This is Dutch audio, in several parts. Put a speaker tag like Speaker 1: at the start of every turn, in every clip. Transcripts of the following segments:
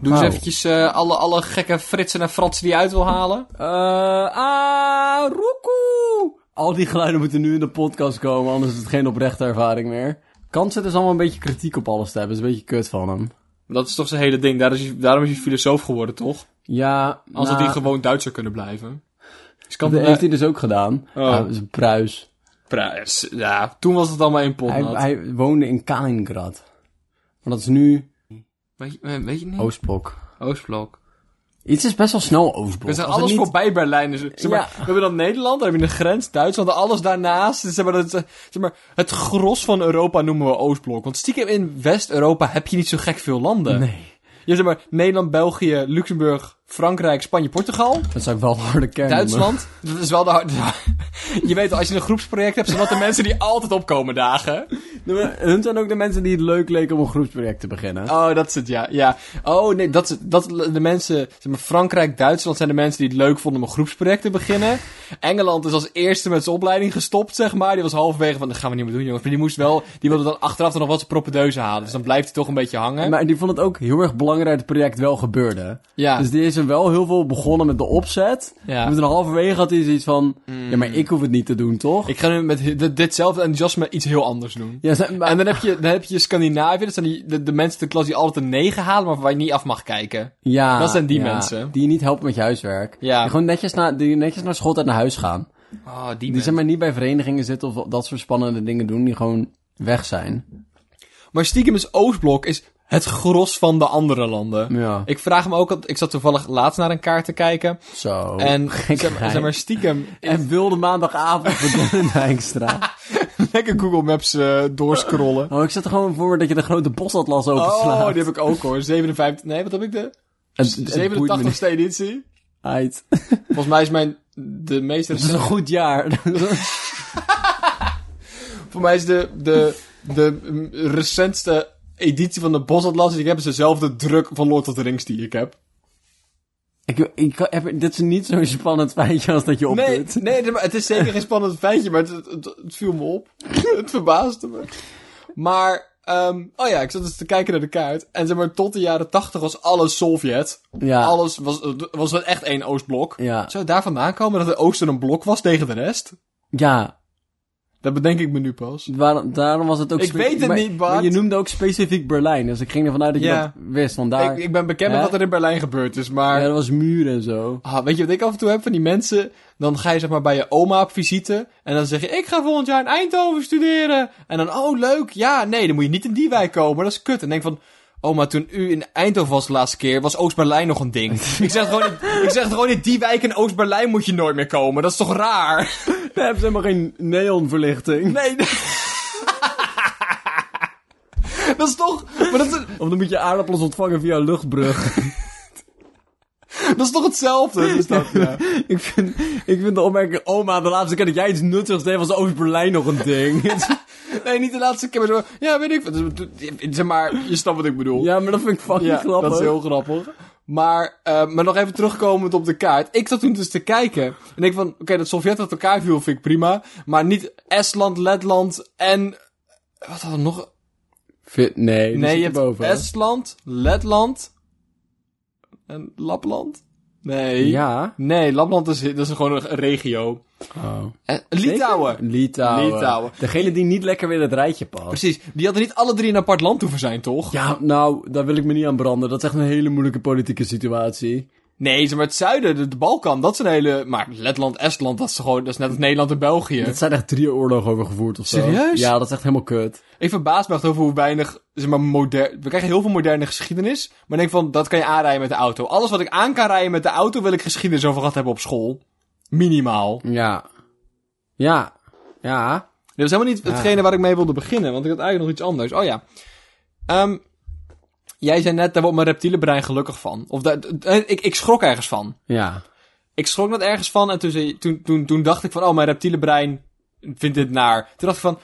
Speaker 1: Doe eens
Speaker 2: Oh.
Speaker 1: eventjes eh, alle, alle gekke Fritsen en Fransen die je uit wil halen.
Speaker 2: Eh ah, roekoe! Al die geluiden moeten nu in de podcast komen, anders is het geen oprechte ervaring meer. Kant zit dus allemaal een beetje kritiek op alles te hebben, is een beetje kut van hem.
Speaker 1: Dat is toch zijn hele ding. Daar is hij- daarom is hij filosoof geworden, toch?
Speaker 2: Ja,
Speaker 1: Als dat
Speaker 2: nou,
Speaker 1: hij gewoon Duits zou kunnen blijven. Dus
Speaker 2: dat
Speaker 1: kan dat
Speaker 2: heeft hij dus ook gedaan.
Speaker 1: Oh.
Speaker 2: Ja, dat is een pruis.
Speaker 1: prijs. Ja, toen was het allemaal één pot.
Speaker 2: Hij,
Speaker 1: nat.
Speaker 2: hij woonde in Kaliningrad. Maar dat is nu
Speaker 1: Weet, je, eh, weet je niet?
Speaker 2: Oh. Oostblok.
Speaker 1: Oostblok.
Speaker 2: Iets is best wel snel Oostblok.
Speaker 1: We zijn
Speaker 2: Oh, Als
Speaker 1: alles
Speaker 2: het niet-
Speaker 1: voorbij Berlijn. Dus, zeg maar,
Speaker 2: Ja.
Speaker 1: We hebben dan Nederland, dan heb je een grens, Duitsland, en alles daarnaast. Dus Zeg maar, dat, zeg maar, het gros van Europa noemen we Oostblok. Want stiekem in West-Europa heb je niet zo gek veel landen.
Speaker 2: Nee,
Speaker 1: Je hebt zeg maar Nederland, België, Luxemburg, Frankrijk, Spanje, Portugal.
Speaker 2: dat zou ik wel een harde kern noemen.
Speaker 1: Duitsland. Dat is wel de hard... Je weet al, als je een groepsproject hebt, zijn dat de mensen die altijd opkomen dagen.
Speaker 2: Hun zijn ook de mensen die het leuk leken om een groepsproject te beginnen.
Speaker 1: Oh, dat is het, ja. ja. Oh, nee, dat is het. Dat, de mensen, zeg maar, Frankrijk, Duitsland zijn de mensen die het leuk vonden om een groepsproject te beginnen. Engeland is als eerste met zijn opleiding gestopt, zeg maar. Die was halverwege van, dat gaan we niet meer doen, jongens. Maar die moest wel, die wilde dan achteraf dan nog wat zijn proppedeuzen halen. Dus dan blijft hij toch een beetje hangen.
Speaker 2: Maar die vond het ook heel erg belangrijk dat het project wel gebeurde.
Speaker 1: ja,
Speaker 2: Dus die is er wel heel veel begonnen met de opzet.
Speaker 1: ja.
Speaker 2: En toen halverwege had hij zoiets van... Ja, maar ik hoef het niet te doen, toch?
Speaker 1: Ik ga nu met hi- dit- ditzelfde enthousiasme iets heel anders doen.
Speaker 2: Ja, ze- maar-
Speaker 1: En dan heb je, dan heb je Scandinavië, dat zijn die, de, de mensen uit de klas die altijd een 9 halen, maar waar je niet af mag kijken.
Speaker 2: ja,
Speaker 1: dat zijn die
Speaker 2: ja,
Speaker 1: mensen.
Speaker 2: Die je niet helpen met je huiswerk.
Speaker 1: Ja.
Speaker 2: Die gewoon netjes naar, die netjes naar school en naar huis gaan.
Speaker 1: Oh, die,
Speaker 2: Ah, Die
Speaker 1: mensen.
Speaker 2: zeg maar niet bij verenigingen zitten of dat soort spannende dingen doen. Die gewoon weg zijn.
Speaker 1: Maar stiekem is Oostblok is het gros van de andere landen.
Speaker 2: Ja.
Speaker 1: Ik vraag me ook, al- ik zat toevallig laatst naar een kaart te kijken.
Speaker 2: Zo.
Speaker 1: en
Speaker 2: gekkigheid.
Speaker 1: zeg, maar- zeg maar stiekem
Speaker 2: En wilde maandagavond verdomme Dijkstra.
Speaker 1: lekker Google Maps eh, doorscrollen.
Speaker 2: Oh, ik zat er gewoon voor dat je de grote bosatlas
Speaker 1: Oh,
Speaker 2: overslaat.
Speaker 1: die heb ik ook hoor. 57, nee, wat heb ik de?
Speaker 2: Het- het boeit me niet
Speaker 1: 87ste editie.
Speaker 2: uit.
Speaker 1: Volgens mij is mijn, de meest
Speaker 2: Het is een
Speaker 1: recente,
Speaker 2: goed jaar.
Speaker 1: voor mij is de, de, de mm, recentste editie van de Bosatlas die ik heb, is dezelfde druk van Lord of the Rings die ik heb.
Speaker 2: Ik, ik, kan- heb- dit is niet zo'n spannend feitje als dat je opdoet.
Speaker 1: Nee, nee, maar het is zeker geen spannend feitje, maar het, het, het viel me op. het verbaasde me. Maar, ehm, oh ja, ik zat eens te kijken naar de kaart. En zeg maar, tot de jaren tachtig was alles Sovjet.
Speaker 2: Ja.
Speaker 1: Alles was, was wel echt één Oostblok.
Speaker 2: Ja.
Speaker 1: Zou het daar vandaan komen dat de Oosten een blok was tegen de rest?
Speaker 2: Ja,
Speaker 1: Dat bedenk ik me nu pas.
Speaker 2: waar- daarom was het ook...
Speaker 1: Ik
Speaker 2: spe-
Speaker 1: weet het
Speaker 2: maar-
Speaker 1: niet, Bart.
Speaker 2: maar je noemde ook specifiek Berlijn, dus ik ging ervan uit dat je
Speaker 1: Ja.
Speaker 2: dat wist, want daar...
Speaker 1: Ik, ik ben bekend met
Speaker 2: Ja.
Speaker 1: wat er in Berlijn gebeurd is, maar...
Speaker 2: Ja, dat was muren en zo.
Speaker 1: Ah, weet je wat ik af en toe heb van die mensen? Dan ga je zeg maar bij je oma op visite. En dan zeg je, ik ga volgend jaar in Eindhoven studeren. En dan, oh leuk, ja, nee, dan moet je niet in die wijk komen. Dat is kut. En denk van, oma, toen u in Eindhoven was de laatste keer, was Oost-Berlijn nog een ding. ik, zeg gewoon, niet- ik zeg gewoon, in die wijk in Oost-Berlijn moet je nooit meer komen. Dat is toch raar?
Speaker 2: Daar hebben ze helemaal geen neonverlichting.
Speaker 1: Nee. dat is toch, maar dat is,
Speaker 2: Of dan moet je aardappels ontvangen via een luchtbrug.
Speaker 1: dat is toch hetzelfde? Dus dat, ja.
Speaker 2: ik, vind, ik vind de opmerking, oma, de laatste keer dat jij iets nuttigs deed was Oost-Berlijn nog een ding.
Speaker 1: Nee, niet de laatste keer, maar zo, ja, weet ik. wat. Zeg maar, je snapt wat ik bedoel.
Speaker 2: ja, maar dat vind ik fucking
Speaker 1: Ja,
Speaker 2: grappig.
Speaker 1: dat is heel grappig. Maar, eh, maar nog even terugkomend op de kaart. Ik zat toen dus te kijken. En ik van, oké, dat Sovjet uit elkaar viel vind ik prima. Maar niet Estland, Letland en... Wat had er nog?
Speaker 2: Vind- nee, die
Speaker 1: Nee,
Speaker 2: zit
Speaker 1: je hebt
Speaker 2: erboven.
Speaker 1: Estland, Letland en Lapland? Nee.
Speaker 2: Ja.
Speaker 1: Nee, Lapland is, dat is gewoon een regio.
Speaker 2: Oh.
Speaker 1: Eh, Litouwen.
Speaker 2: Litouwen.
Speaker 1: Litouwen.
Speaker 2: Degene die niet lekker weer in het rijtje past.
Speaker 1: Precies. Die hadden niet alle drie een apart land hoeven zijn, toch?
Speaker 2: Ja, nou, daar wil ik me niet aan branden. Dat is echt een hele moeilijke politieke situatie.
Speaker 1: Nee, zeg maar het zuiden, de, de Balkan, dat is een hele... Maar Letland, Estland, dat is, gewoon, dat is net als Nederland en België.
Speaker 2: Dat zijn echt drie oorlogen over gevoerd of zo.
Speaker 1: Serieus?
Speaker 2: Ja, dat is echt helemaal kut.
Speaker 1: Ik verbaas me echt over hoe weinig, zeg maar, modern... We krijgen heel veel moderne geschiedenis, maar ik denk van, dat kan je aanrijden met de auto. Alles wat ik aan kan rijden met de auto, wil ik geschiedenis over gehad hebben op school. Minimaal.
Speaker 2: Ja. Ja. Ja.
Speaker 1: Dit was helemaal niet hetgene waar ik mee wilde beginnen, want ik had eigenlijk nog iets anders. Oh ja. Ehm, jij zei net, daar wordt mijn reptiele brein gelukkig van. Of daar- eh, ik, ik schrok ergens van.
Speaker 2: Ja.
Speaker 1: Ik schrok net ergens van en toen, zei- toen, toen, toen dacht ik van, oh, mijn reptiele brein vindt dit naar. Toen dacht ik van,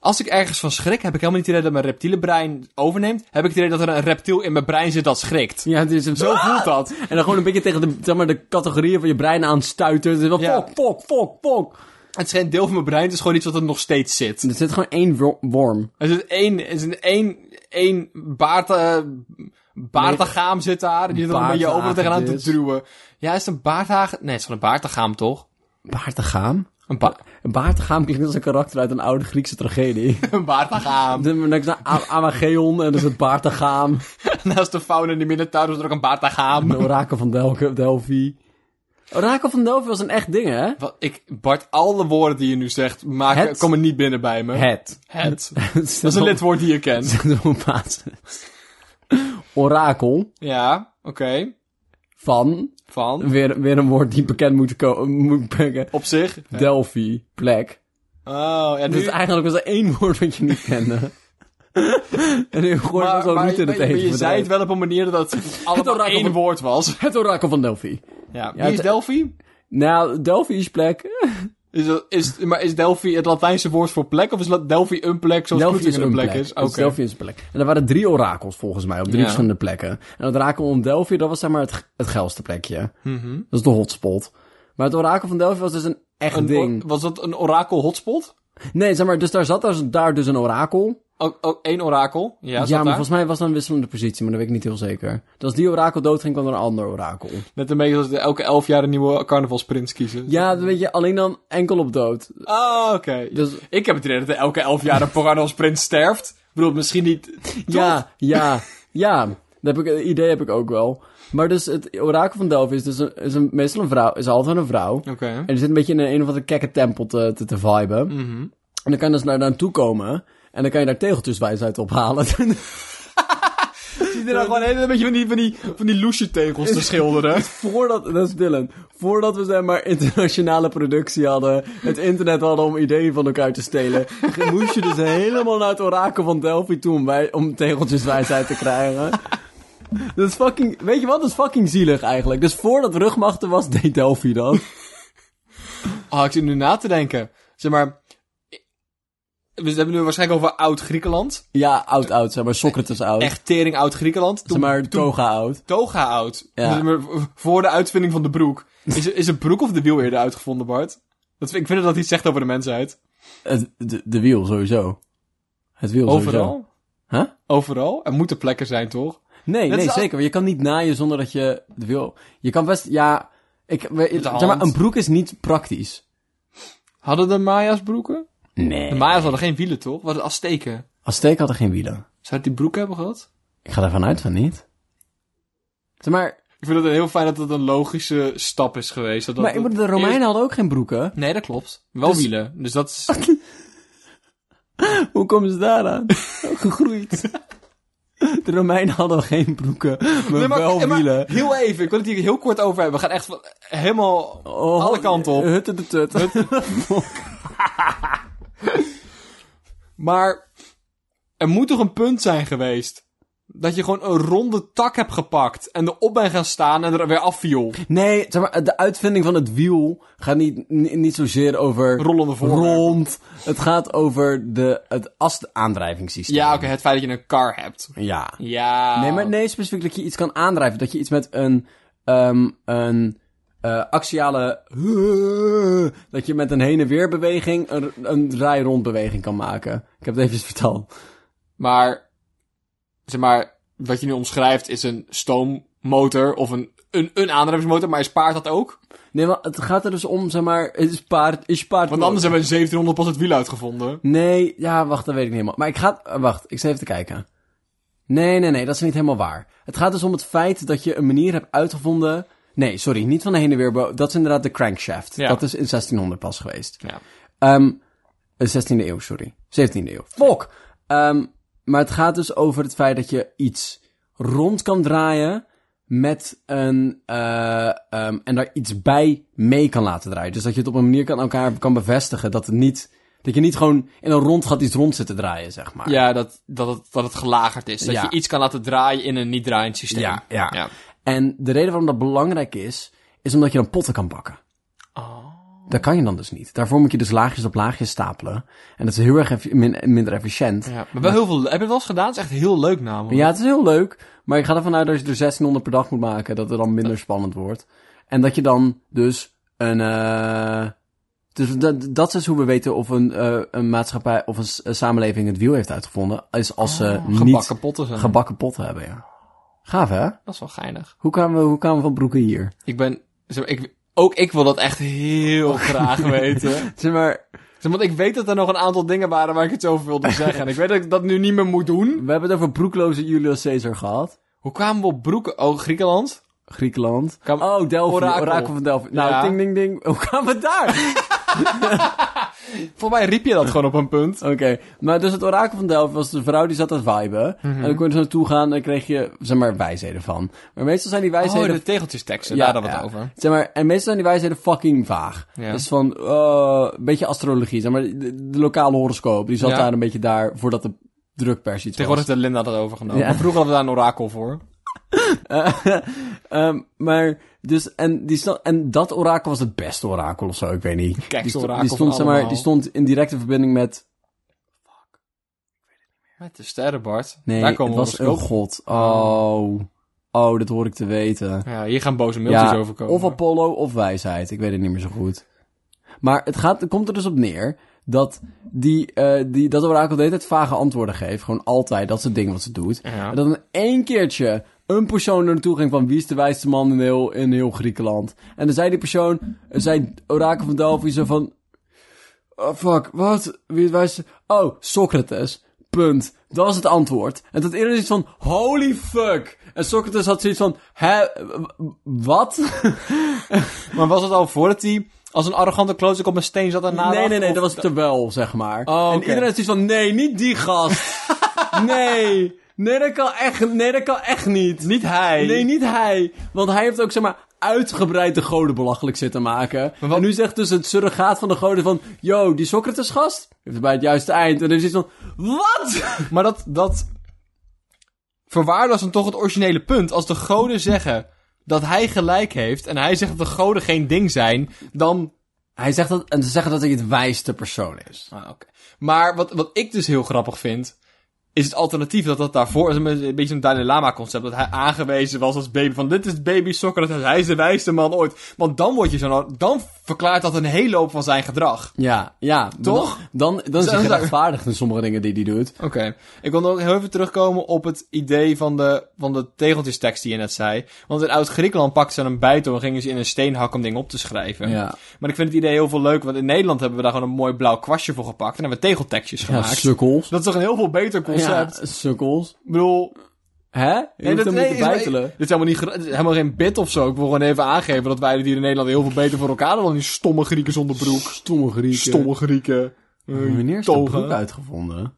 Speaker 1: als ik ergens van schrik, heb ik helemaal niet het idee dat mijn reptiele brein overneemt. Heb ik het idee dat er een reptiel in mijn brein zit dat schrikt.
Speaker 2: Ja, het is
Speaker 1: Zo voelt dat.
Speaker 2: Ah! En dan gewoon een beetje tegen de, zeg maar, de categorieën van je brein aanstuiten. Dus Het is wel
Speaker 1: Ja.
Speaker 2: fok, fok, fok, fok.
Speaker 1: Het is geen deel van mijn brein, het is gewoon iets wat er nog steeds zit.
Speaker 2: Er zit gewoon één wor- worm.
Speaker 1: Er zit één, er zit één, één baard, eh, baardagaam zit daar. En die zit er een beetje
Speaker 2: Baardhagen
Speaker 1: over tegenaan te
Speaker 2: dit.
Speaker 1: duwen. Ja, is het een baardhagen? Nee, het is gewoon een baardagaam, toch?
Speaker 2: Baartegaam?
Speaker 1: Een, ba
Speaker 2: Een Baartegaam klinkt als een karakter uit een oude Griekse tragedie.
Speaker 1: een baardagaam.
Speaker 2: Dan heb je Amageon en dat is het Baartegaam.
Speaker 1: Naast de fauna en de minotaurus is er ook een baardagaam.
Speaker 2: De Orakel Nou, van Delke, Delphi. Orakel van Delphi was een echt ding, hè?
Speaker 1: Wat, ik, Bart, alle woorden die je nu zegt, maken,
Speaker 2: Het.
Speaker 1: komen niet binnen bij me.
Speaker 2: Het.
Speaker 1: Het.
Speaker 2: Dat
Speaker 1: Dat is een lidwoord die je kent.
Speaker 2: Orakel
Speaker 1: Ja, oké.
Speaker 2: van,
Speaker 1: Van.
Speaker 2: weer, weer een woord die bekend moet, ko- moet brengen,
Speaker 1: Op zich.
Speaker 2: Delphi, plek.
Speaker 1: Oh, ja, nu...
Speaker 2: Dus eigenlijk was er één woord wat je niet kende. en je gooit
Speaker 1: maar,
Speaker 2: ons ook
Speaker 1: maar-
Speaker 2: niet in het
Speaker 1: maar- maar
Speaker 2: eten.
Speaker 1: je zei het wel op een manier dat het allemaal
Speaker 2: orakel
Speaker 1: één
Speaker 2: van-
Speaker 1: woord was.
Speaker 2: Het orakel van Delphi.
Speaker 1: Ja,
Speaker 2: het-
Speaker 1: Wie is Delphi?
Speaker 2: Nou, Delphi is plek.
Speaker 1: Is, dat- is, maar is Delphi het Latijnse woord voor plek? Of is La- Delphi een plek zoals
Speaker 2: Delphi
Speaker 1: Plutus
Speaker 2: is
Speaker 1: een plek,
Speaker 2: Dus
Speaker 1: is? Oké.
Speaker 2: Delphi is een plek. En er waren drie orakels volgens mij op drie
Speaker 1: Ja.
Speaker 2: verschillende plekken. En het orakel om Delphi, dat was zeg maar het, het geilste plekje.
Speaker 1: Mhm.
Speaker 2: Dat is de hotspot. Maar het orakel van Delphi was dus een echt
Speaker 1: Een or-
Speaker 2: ding.
Speaker 1: was dat een orakel hotspot?
Speaker 2: Nee, zeg maar, dus daar zat dus- daar dus een orakel.
Speaker 1: Ook, ook één orakel? Ja,
Speaker 2: Ja,
Speaker 1: zat
Speaker 2: maar
Speaker 1: daar?
Speaker 2: volgens mij was dat een wisselende positie, maar dat weet ik niet heel zeker. Dus als die orakel doodging, kwam er een ander orakel.
Speaker 1: Net een beetje als de- elke elf jaar een nieuwe carnavalsprins kiezen.
Speaker 2: Ja, dat weet je, alleen dan enkel op dood.
Speaker 1: Ah, oké.
Speaker 2: Dus
Speaker 1: Ik heb het idee dat er elke elf jaar een carnavalsprins sterft. Ik bedoel, misschien niet...
Speaker 2: Ja, ja, ja. Dat, heb ik, dat idee heb ik ook wel. Maar dus het orakel van Delphi is, dus een, is een, meestal een vrouw, is altijd een vrouw.
Speaker 1: Oké.
Speaker 2: En die zit een beetje in een, een of andere kekke tempel te, te, te viben.
Speaker 1: Mhm.
Speaker 2: En dan kan je dus naar naartoe komen. En dan kan je daar tegeltjeswijs uit ophalen. Dus
Speaker 1: Die er nou gewoon een beetje van die, van die, van die loesje tegels te schilderen.
Speaker 2: Voordat, dat is Dylan. Voordat we zeg maar internationale productie hadden. Het internet hadden om ideeën van elkaar te stelen. Moest je dus helemaal naar het orakel van Delphi toe om, wij, om tegeltjeswijsheid te krijgen. Dat is fucking, weet je wat? Dat is fucking zielig eigenlijk. Dus voordat rugmachten was, deed Delphi dat.
Speaker 1: Ah, ik zit nu na te denken. Zeg maar... We hebben het nu waarschijnlijk over oud-Griekenland.
Speaker 2: Ja, oud-oud, zeg maar. Socrates oud.
Speaker 1: Echt tering oud-Griekenland.
Speaker 2: Zeg
Speaker 1: Toen
Speaker 2: maar, toga oud.
Speaker 1: toga oud.
Speaker 2: Ja.
Speaker 1: Zeg maar, v- Voor de uitvinding van de broek. Is, is een broek of de wiel eerder uitgevonden, Bart? Dat, vind- ik vind dat dat iets zegt over de mensheid.
Speaker 2: Het- De, de wiel sowieso. Het wiel sowieso.
Speaker 1: Overal?
Speaker 2: Huh?
Speaker 1: Overal? Er moeten plekken zijn, toch?
Speaker 2: Nee,
Speaker 1: Dat
Speaker 2: nee
Speaker 1: is al-
Speaker 2: zeker. Maar je kan niet naaien zonder dat je het wil. Je kan best, ja... Ik, we-
Speaker 1: de
Speaker 2: zeg maar,
Speaker 1: hand.
Speaker 2: een broek is niet praktisch.
Speaker 1: Hadden de Maya's broeken? De
Speaker 2: Nee.
Speaker 1: Maya's hadden geen wielen, toch? Wat de Azteken.
Speaker 2: Azteken hadden geen wielen.
Speaker 1: Zou die broek hebben gehad?
Speaker 2: Ik ga ervan uit van niet. Zeg maar,
Speaker 1: Ik vind het heel fijn dat dat een logische stap is geweest. Dat dat-
Speaker 2: maar ik bedoel, de
Speaker 1: dat-
Speaker 2: Romeinen hadden ook geen broeken.
Speaker 1: Nee, dat klopt. Wel
Speaker 2: Dus-
Speaker 1: wielen. Dus dat is...
Speaker 2: Hoe komen ze daaraan? Gegroeid. De Romeinen hadden geen broeken, maar,
Speaker 1: Nee, maar-
Speaker 2: wel
Speaker 1: eh, maar
Speaker 2: wielen.
Speaker 1: heel even. Ik wil het hier heel kort over hebben. We gaan echt van- helemaal
Speaker 2: Oh,
Speaker 1: alle kanten op.
Speaker 2: Hutte de tut.
Speaker 1: Maar er moet toch een punt zijn geweest... dat je gewoon een ronde tak hebt gepakt... en erop bent gaan staan en er weer afviel.
Speaker 2: Nee, zeg maar, de uitvinding van het wiel gaat niet, niet, niet zozeer over...
Speaker 1: Rollende voorwerpen.
Speaker 2: Rond. Het gaat over de, het asaandrijvingssysteem.
Speaker 1: Ja, oké. het feit dat je een car hebt.
Speaker 2: Ja.
Speaker 1: Ja.
Speaker 2: Nee, maar nee, specifiek dat je iets kan aandrijven. Dat je iets met een, ehm, een eh, axiale... Dat je met een heen en weer beweging een, een draai rond beweging kan maken. Ik heb het even verteld.
Speaker 1: Maar, zeg maar, wat je nu omschrijft is een stoommotor of een, een, een aandrijvingsmotor, maar is paard dat ook?
Speaker 2: Nee, maar het gaat er dus om, zeg maar... Is paard... Is paard
Speaker 1: Want anders hebben we in 1700 pas het wiel uitgevonden.
Speaker 2: Nee, ja, wacht, dat weet ik niet helemaal. Maar ik ga... eh, Wacht, ik zit even te kijken. Nee, nee, nee, dat is niet helemaal waar. Het gaat dus om het feit dat je een manier hebt uitgevonden... Nee, sorry, niet van de heen en weer... bo- Dat is inderdaad de crankshaft.
Speaker 1: Ja.
Speaker 2: Dat is in 1600 pas geweest.
Speaker 1: Ja.
Speaker 2: Ehm, eh, 16e eeuw, sorry. 17e eeuw. Fok! Ehm, maar het gaat dus over het feit dat je iets rond kan draaien met een... eh, ehm, en daar iets bij mee kan laten draaien. Dus dat je het op een manier kan elkaar kan bevestigen dat het niet... Dat je niet gewoon in een rond gaat iets rond zitten draaien, zeg maar.
Speaker 1: Ja, dat, dat, het, dat het gelagerd is. Dat
Speaker 2: Ja.
Speaker 1: je iets kan laten draaien in een niet draaiend systeem.
Speaker 2: Ja, ja. En de reden waarom dat belangrijk is, is omdat je dan potten kan bakken. Dat kan je dan dus niet. Daarvoor moet je dus laagjes op laagjes stapelen. En dat is heel erg effi- min- minder efficiënt.
Speaker 1: Ja, Maar wel heel veel... Heb je het wel eens gedaan? Het is echt heel leuk namelijk.
Speaker 2: Ja, het is heel leuk. Maar ik ga ervan uit dat je er 1600 per dag moet maken. Dat het dan minder spannend wordt. En dat je dan dus een... eh, dus dat, dat is hoe we weten of een, eh, een maatschappij of een, s- een samenleving het wiel heeft uitgevonden. Is als ze niet
Speaker 1: Gebakken potten zijn.
Speaker 2: gebakken pot hebben, ja. Gaaf, hè?
Speaker 1: Dat is wel geinig.
Speaker 2: Hoe kwamen we, hoe kwamen we van Broeken hier?
Speaker 1: Ik ben... Zeg maar, ik, ook ik wil dat echt
Speaker 2: Oh.
Speaker 1: heel graag weten.
Speaker 2: Zeg maar,
Speaker 1: Zeg, Want ik weet dat er nog een aantal dingen waren waar ik het over wilde zeggen. En ik weet dat ik dat nu niet meer moet doen.
Speaker 2: we hebben het over broekloze Julius Caesar gehad.
Speaker 1: Hoe kwamen we op broeken? Oh, Griekenland?
Speaker 2: Griekenland.
Speaker 1: Kwam-
Speaker 2: oh, Delphi. Orakel.
Speaker 1: Orakel.
Speaker 2: van Delphi. Nou,
Speaker 1: Ja.
Speaker 2: ding, ding, ding. Hoe kwamen we daar?
Speaker 1: Volgens mij riep je dat gewoon op een punt.
Speaker 2: Oké, maar dus het orakel van Delft was de vrouw die zat te viben.
Speaker 1: Mhm.
Speaker 2: En dan kon je er zo naartoe gaan en dan kreeg je, zeg maar, wijsheden van. Maar meestal zijn die
Speaker 1: Oh,
Speaker 2: wijsheden...
Speaker 1: de tegeltjesteksten,
Speaker 2: Ja,
Speaker 1: daar hadden we
Speaker 2: ja.
Speaker 1: het over.
Speaker 2: Zeg maar, en meestal zijn die wijsheden fucking vaag.
Speaker 1: Ja.
Speaker 2: Dus van, eh, een beetje astrologie, zeg maar, de, de lokale horoscoop. Die zat
Speaker 1: Ja.
Speaker 2: daar een beetje daar voordat de drukpers iets was.
Speaker 1: Tegenwoordig heeft de Linda dat overgenomen.
Speaker 2: Ja.
Speaker 1: Maar vroeger hadden we daar een orakel voor.
Speaker 2: Ehm, maar, dus, en, die sta- en dat orakel was het beste orakel of zo, ik weet niet.
Speaker 1: Kijk,
Speaker 2: die, sto-
Speaker 1: orakel
Speaker 2: die
Speaker 1: van
Speaker 2: stond, zeg maar,
Speaker 1: allemaal.
Speaker 2: die stond in directe verbinding met...
Speaker 1: Met de sterren, Bart.
Speaker 2: Nee,
Speaker 1: daar komen
Speaker 2: het
Speaker 1: we dus
Speaker 2: was,
Speaker 1: ons op.
Speaker 2: oh god, oh, oh, dat hoor ik te weten.
Speaker 1: Ja, hier gaan boze mailtjes overkomen.
Speaker 2: Of Apollo of wijsheid. Ik weet het niet meer zo goed. Maar het, gaat, het komt er dus op neer dat, die, eh, die, dat orakel de hele tijd vage antwoorden geeft. Gewoon altijd, dat soort dingen wat ze doet.
Speaker 1: Ja.
Speaker 2: En dat in één keertje een persoon er naartoe ging van wie is de wijste man in heel, in heel Griekenland. En dan zei die persoon, eh, zei orakel van Delphi zo van... Oh, fuck, wat? Wie het wijste... Oh, Socrates. Punt. Dat is het antwoord. En dat eerder iets van, holy fuck. En Socrates had zoiets van, hè, w- w- wat?
Speaker 1: Maar was het al voordat hij als een arrogante klootzak op een steen zat en nadacht?
Speaker 2: Nee, nee,
Speaker 1: Of-
Speaker 2: nee,
Speaker 1: Oh,
Speaker 2: dat was terwijl, zeg maar.
Speaker 1: oké.
Speaker 2: En iedereen is zoiets van, nee, niet die gast. nee, nee dat, kan echt, nee, dat kan echt niet.
Speaker 1: Niet hij.
Speaker 2: Nee, niet hij. Want hij heeft ook, zeg maar, uitgebreid de goden belachelijk zitten maken.
Speaker 1: wat-
Speaker 2: En nu zegt dus het surrogaat van de goden van... Yo, die Socrates gast heeft het bij het juiste eind. En dan is het van... Wat?
Speaker 1: Maar dat, dat verwaarloosd dan toch het originele punt. Als de goden zeggen dat hij gelijk heeft en hij zegt dat de goden geen ding zijn, dan...
Speaker 2: Hij zegt dat... En ze zeggen dat hij het wijste persoon is.
Speaker 1: Ah, oké. Maar wat, wat ik dus heel grappig vind, is het alternatief dat dat daarvoor... Een beetje zo'n Dalai Lama concept, dat hij aangewezen was als baby van... Dit is baby Socrates, hij is de wijste man ooit. Want dan word je zo'n... Dan verklaart dat een hele hoop van zijn gedrag.
Speaker 2: Ja, ja.
Speaker 1: Toch?
Speaker 2: Dan, dan, dan is hij
Speaker 1: Zou-
Speaker 2: gerechtvaardigd in sommige dingen die hij doet.
Speaker 1: Oké. Ik wil nog heel even terugkomen op het idee van de, van de tegeltjestekst die je net zei. Want in Oud-Griekenland pakten ze een bijtel en gingen ze in een steen hakken om dingen op te schrijven.
Speaker 2: Ja.
Speaker 1: Maar ik vind het idee heel veel leuk, want in Nederland hebben we daar gewoon een mooi blauw kwastje voor gepakt. En hebben we tegeltekstjes
Speaker 2: Ja,
Speaker 1: gemaakt.
Speaker 2: sukkels.
Speaker 1: dat is toch een heel veel beter concept.
Speaker 2: Ja, sukkels.
Speaker 1: Ik bedoel...
Speaker 2: Hè? Je
Speaker 1: nee,
Speaker 2: hoeft
Speaker 1: dat-
Speaker 2: hem
Speaker 1: nee,
Speaker 2: niet te
Speaker 1: is-
Speaker 2: bijtelen.
Speaker 1: Dit is helemaal, niet, gra- dit is helemaal geen bit of zo. Ik wil gewoon even aangeven dat wij dit hier in Nederland heel veel beter voor elkaar hebben dan die stomme Grieken zonder broek.
Speaker 2: Stomme Grieken.
Speaker 1: Stomme Grieken. Eh,
Speaker 2: Wanneer is dat
Speaker 1: toga.
Speaker 2: broek uitgevonden?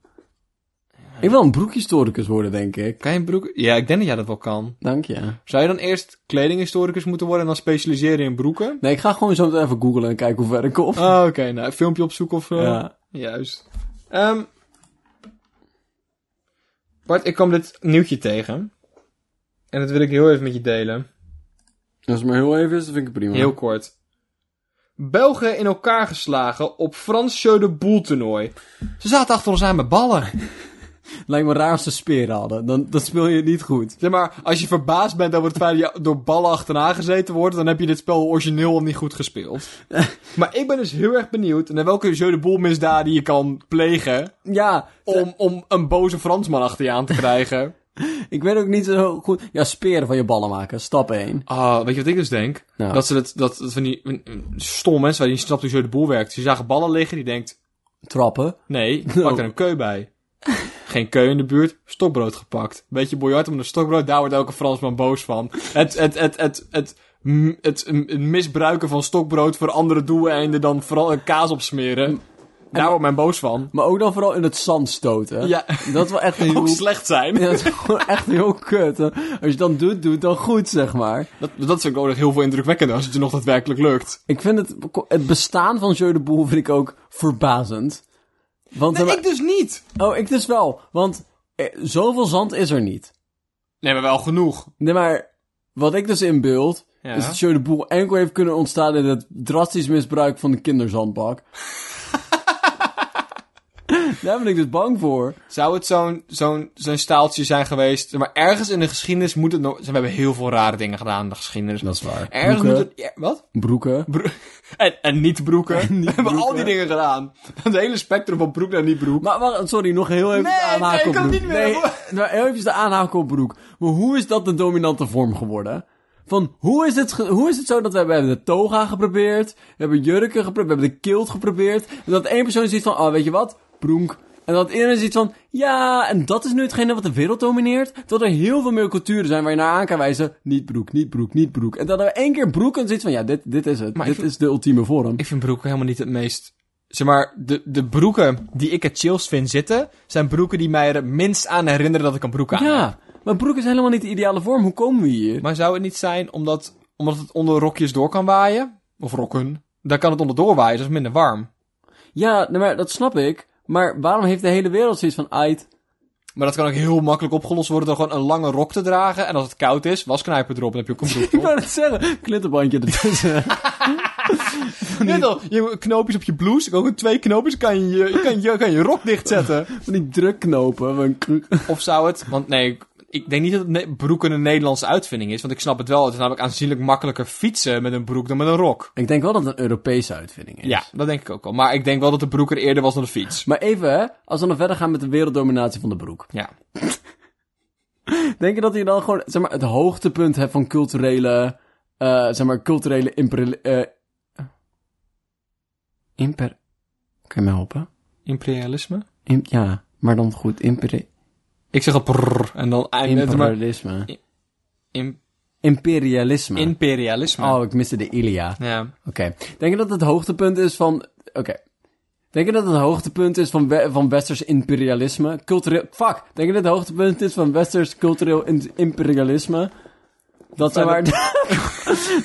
Speaker 2: Ik wil een broekhistoricus worden, denk ik.
Speaker 1: Kan je een broek... Ja, ik denk dat jij dat wel kan.
Speaker 2: Dank je.
Speaker 1: Zou je dan eerst kledinghistoricus moeten worden en dan specialiseren in broeken?
Speaker 2: Nee, ik ga gewoon zo meteen even googlen en kijken hoe ver ik kom.
Speaker 1: Ah, oké. nou, een filmpje opzoeken of... eh,
Speaker 2: Ja.
Speaker 1: Juist. Ehm Bart, ik kwam dit nieuwtje tegen. En dat wil ik heel even met je delen.
Speaker 2: Als het maar heel even is, dan vind ik het prima.
Speaker 1: Heel kort. Belgen in elkaar geslagen op Frans Jeu de Boel toernooi. Ze zaten achter ons aan met ballen.
Speaker 2: Lijkt me raar als ze speren hadden. Dan, dan speel je het niet goed.
Speaker 1: Zeg maar, als je verbaasd bent over het feit dat je door ballen achterna gezeten wordt, dan heb je dit spel origineel niet goed gespeeld. maar ik ben dus heel erg benieuwd naar welke jeu de boel misdaden je kan plegen
Speaker 2: Ja,
Speaker 1: om, om een boze Fransman achter je aan te krijgen.
Speaker 2: ik weet ook niet zo goed... Ja, speren van je ballen maken. Stap 1.
Speaker 1: Ah, weet je wat ik dus denk?
Speaker 2: Nou.
Speaker 1: Dat ze dat, dat, dat van die van- stom mensen waar die niet snapt hoe jeu de boel werkt. Ze zagen ballen liggen, die denkt,
Speaker 2: Trappen.
Speaker 1: nee, ik pak er een keu bij. Geen keu in de buurt, stokbrood gepakt. Beetje biljart om een stokbrood, daar wordt elke Fransman boos van. Het, het, het, het, het, m- het, m- het misbruiken van stokbrood voor andere doeleinden dan vooral een kaas opsmeren. Daar wordt men boos van.
Speaker 2: Maar ook dan vooral in het zand stoten.
Speaker 1: Ja.
Speaker 2: Dat is wel echt
Speaker 1: Ook
Speaker 2: heel...
Speaker 1: slecht zijn.
Speaker 2: Ja, dat is gewoon echt heel kut. hè. Als je het dan doet, doe het dan goed, zeg maar.
Speaker 1: Dat, dat vind ik ook nog heel veel indrukwekkender als het je nog daadwerkelijk lukt.
Speaker 2: Ik vind het, het bestaan van Jeu de Boel vind ik ook verbazend. Want, eh,
Speaker 1: ik dus niet.
Speaker 2: Oh, ik dus wel. Want eh, zoveel zand is er niet.
Speaker 1: Nee, maar wel genoeg.
Speaker 2: Nee, maar wat ik dus inbeeld...
Speaker 1: Ja.
Speaker 2: is dat Jeu de Boel enkel heeft kunnen ontstaan... in het drastisch misbruik van de kinderzandbak. Daar ben ik dus bang voor.
Speaker 1: Zou het zo'n zo'n zo'n staaltje zijn geweest? Maar ergens in de geschiedenis moet het nog... We hebben heel veel rare dingen gedaan in de geschiedenis.
Speaker 2: Dat is waar.
Speaker 1: Ergens
Speaker 2: Broeken.
Speaker 1: moet het... ja, wat?
Speaker 2: Broeken.
Speaker 1: Broe- en, en niet broeken. we hebben al die
Speaker 2: broeken.
Speaker 1: dingen gedaan. Het hele spectrum van broek naar niet broek.
Speaker 2: Maar wacht, sorry, nog heel even
Speaker 1: Nee,
Speaker 2: de aanhaak
Speaker 1: nee, ik
Speaker 2: op
Speaker 1: kan
Speaker 2: broek.
Speaker 1: niet meer.
Speaker 2: maar heel even de aanhaak op broek. Maar hoe is dat de dominante vorm geworden? Van, hoe is het, ge- hoe is het zo dat we, we hebben de toga geprobeerd, we hebben jurken geprobeerd, we hebben de kilt geprobeerd, en dat één persoon zoiets van, oh, weet je wat, broek. En dat iedereen zoiets van, ja, en dat is nu hetgene wat de wereld domineert. Dat er heel veel meer culturen zijn waar je naar aan kan wijzen, niet broek, niet broek, niet broek. En dat er één keer broek en zoiets van, ja, dit, dit is het,
Speaker 1: Maar ik
Speaker 2: dit is de ultieme vorm.
Speaker 1: Ik vind broeken helemaal niet het meest... Zeg maar, de, de broeken die ik het chillst vind zitten... zijn broeken die mij er het minst aan herinneren dat ik een broek aan heb.
Speaker 2: Ja, maar broek is helemaal niet de ideale vorm, hoe komen we hier?
Speaker 1: Maar zou het niet zijn omdat, omdat het onder rokjes door kan waaien? Of rokken? Dan kan het onderdoor waaien, dus dat is minder warm.
Speaker 2: Ja, nee, maar dat snap ik. Maar waarom heeft de hele wereld zoiets van uit?
Speaker 1: Maar dat kan ook heel makkelijk opgelost worden door gewoon een lange rok te dragen. En als het koud is, wasknijpen erop, dan heb je ook een broek.
Speaker 2: Ik
Speaker 1: toch?
Speaker 2: wou het zeggen. Klittenbandje ertussen.
Speaker 1: Net al, je knoopjes op je blouse, ook met twee knoopjes kan je je, kan je, kan je rok dichtzetten.
Speaker 2: van die drukknopen. Van kruk.
Speaker 1: Of zou het, want nee, ik- ik denk niet dat het ne- broeken een Nederlandse uitvinding is. Want ik snap het wel, het is namelijk aanzienlijk makkelijker fietsen met een broek dan met een rok.
Speaker 2: ik denk wel dat het een Europese uitvinding is.
Speaker 1: Ja, dat denk ik ook wel. Maar ik denk wel dat de broek er eerder was dan de fiets.
Speaker 2: Maar even, hè, als we nog verder gaan met de werelddominatie van de broek.
Speaker 1: Ja.
Speaker 2: Denk je dat je dan gewoon zeg maar, het hoogtepunt hebt van culturele. eh, zeg maar, culturele imperial. eh imper. Kan je mij helpen?
Speaker 1: Imperialisme?
Speaker 2: Im- ja, maar dan goed. Imperi-
Speaker 1: Ik zeg al prrr, en dan
Speaker 2: eh,
Speaker 1: eindigt het maar...
Speaker 2: imperialisme.
Speaker 1: Im-
Speaker 2: Imperialisme.
Speaker 1: imperialisme.
Speaker 2: Oh, ik miste de Ilia.
Speaker 1: Ja.
Speaker 2: Oké. Denk je dat het hoogtepunt is van. Oké. Denk je dat het hoogtepunt is van, we- van westers imperialisme? Cultureel. Fuck! Denk je dat het hoogtepunt is van westers cultureel in- imperialisme? Dat ze maar.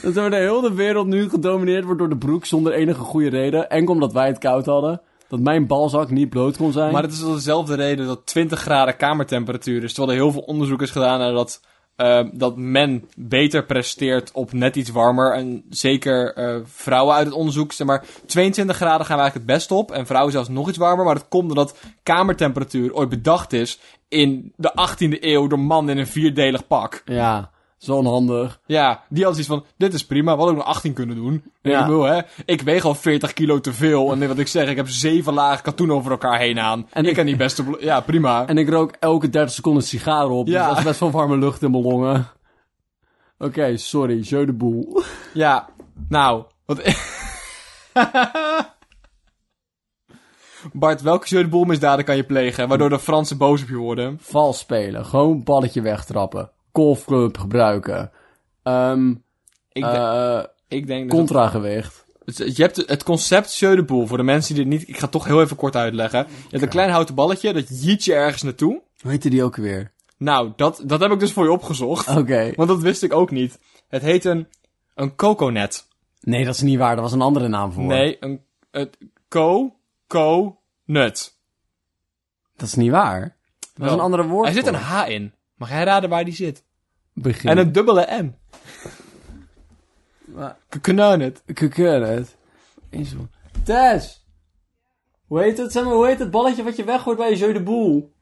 Speaker 2: dat ze maar de hele wereld nu gedomineerd wordt door de broek zonder enige goede reden. Enkel omdat wij het koud hadden. Dat mijn balzak niet bloot kon zijn.
Speaker 1: Maar het is wel dezelfde reden dat 20 graden kamertemperatuur is. Terwijl er heel veel onderzoek is gedaan naar dat, eh, dat men beter presteert op net iets warmer. En zeker eh, vrouwen uit het onderzoek, zeg maar, 22 graden gaan we eigenlijk het best op. En vrouwen zelfs nog iets warmer. Maar dat komt omdat kamertemperatuur ooit bedacht is in de 18e eeuw door mannen in een vierdelig pak.
Speaker 2: Ja, dat is wel onhandig.
Speaker 1: Ja, die had zoiets van, dit is prima, we hadden ook nog 18 kunnen doen.
Speaker 2: Ja.
Speaker 1: Ik bedoel, hè, ik weeg al 40 kilo te veel. En wat ik zeg, ik heb zeven lagen katoen over elkaar heen aan.
Speaker 2: En
Speaker 1: En ik
Speaker 2: ik-
Speaker 1: kan niet best op... Ja, prima.
Speaker 2: En ik rook elke 30 seconden sigaren op.
Speaker 1: Ja.
Speaker 2: Dus dat is best wel warme lucht in mijn longen. Oké, sorry. Jeu de boel.
Speaker 1: Ja, nou, wat... Bart, welke soort boelmisdaden kan je plegen, waardoor de Fransen boos op je worden?
Speaker 2: Vals spelen. Gewoon balletje wegtrappen. Golfclub gebruiken. Ehm
Speaker 1: Ik,
Speaker 2: eh,
Speaker 1: denk- ik denk dat...
Speaker 2: contragewicht.
Speaker 1: Het- Je hebt het concept jeu de boel, voor de mensen die dit niet... Ik ga het toch heel even kort uitleggen. Je hebt een klein houten balletje, dat jiet je ergens naartoe.
Speaker 2: Hoe heette die ook weer?
Speaker 1: Nou, dat, dat heb ik dus voor je opgezocht.
Speaker 2: Oké.
Speaker 1: Want dat wist ik ook niet. Het heet een, een coconet.
Speaker 2: Nee, dat is niet waar. Daar was een andere naam voor.
Speaker 1: Nee, een het co-co-nut.
Speaker 2: Dat is niet waar. Dat is
Speaker 1: Wel.
Speaker 2: een andere woord.
Speaker 1: Er zit een
Speaker 2: voor.
Speaker 1: H in. Mag jij raden waar die zit?
Speaker 2: begin.
Speaker 1: En een dubbele N.
Speaker 2: Maar-
Speaker 1: Coconut.
Speaker 2: Kukunet. Tess! Hoe heet het, zeg maar, hoe heet het balletje wat je weggooit bij je jeu de boel?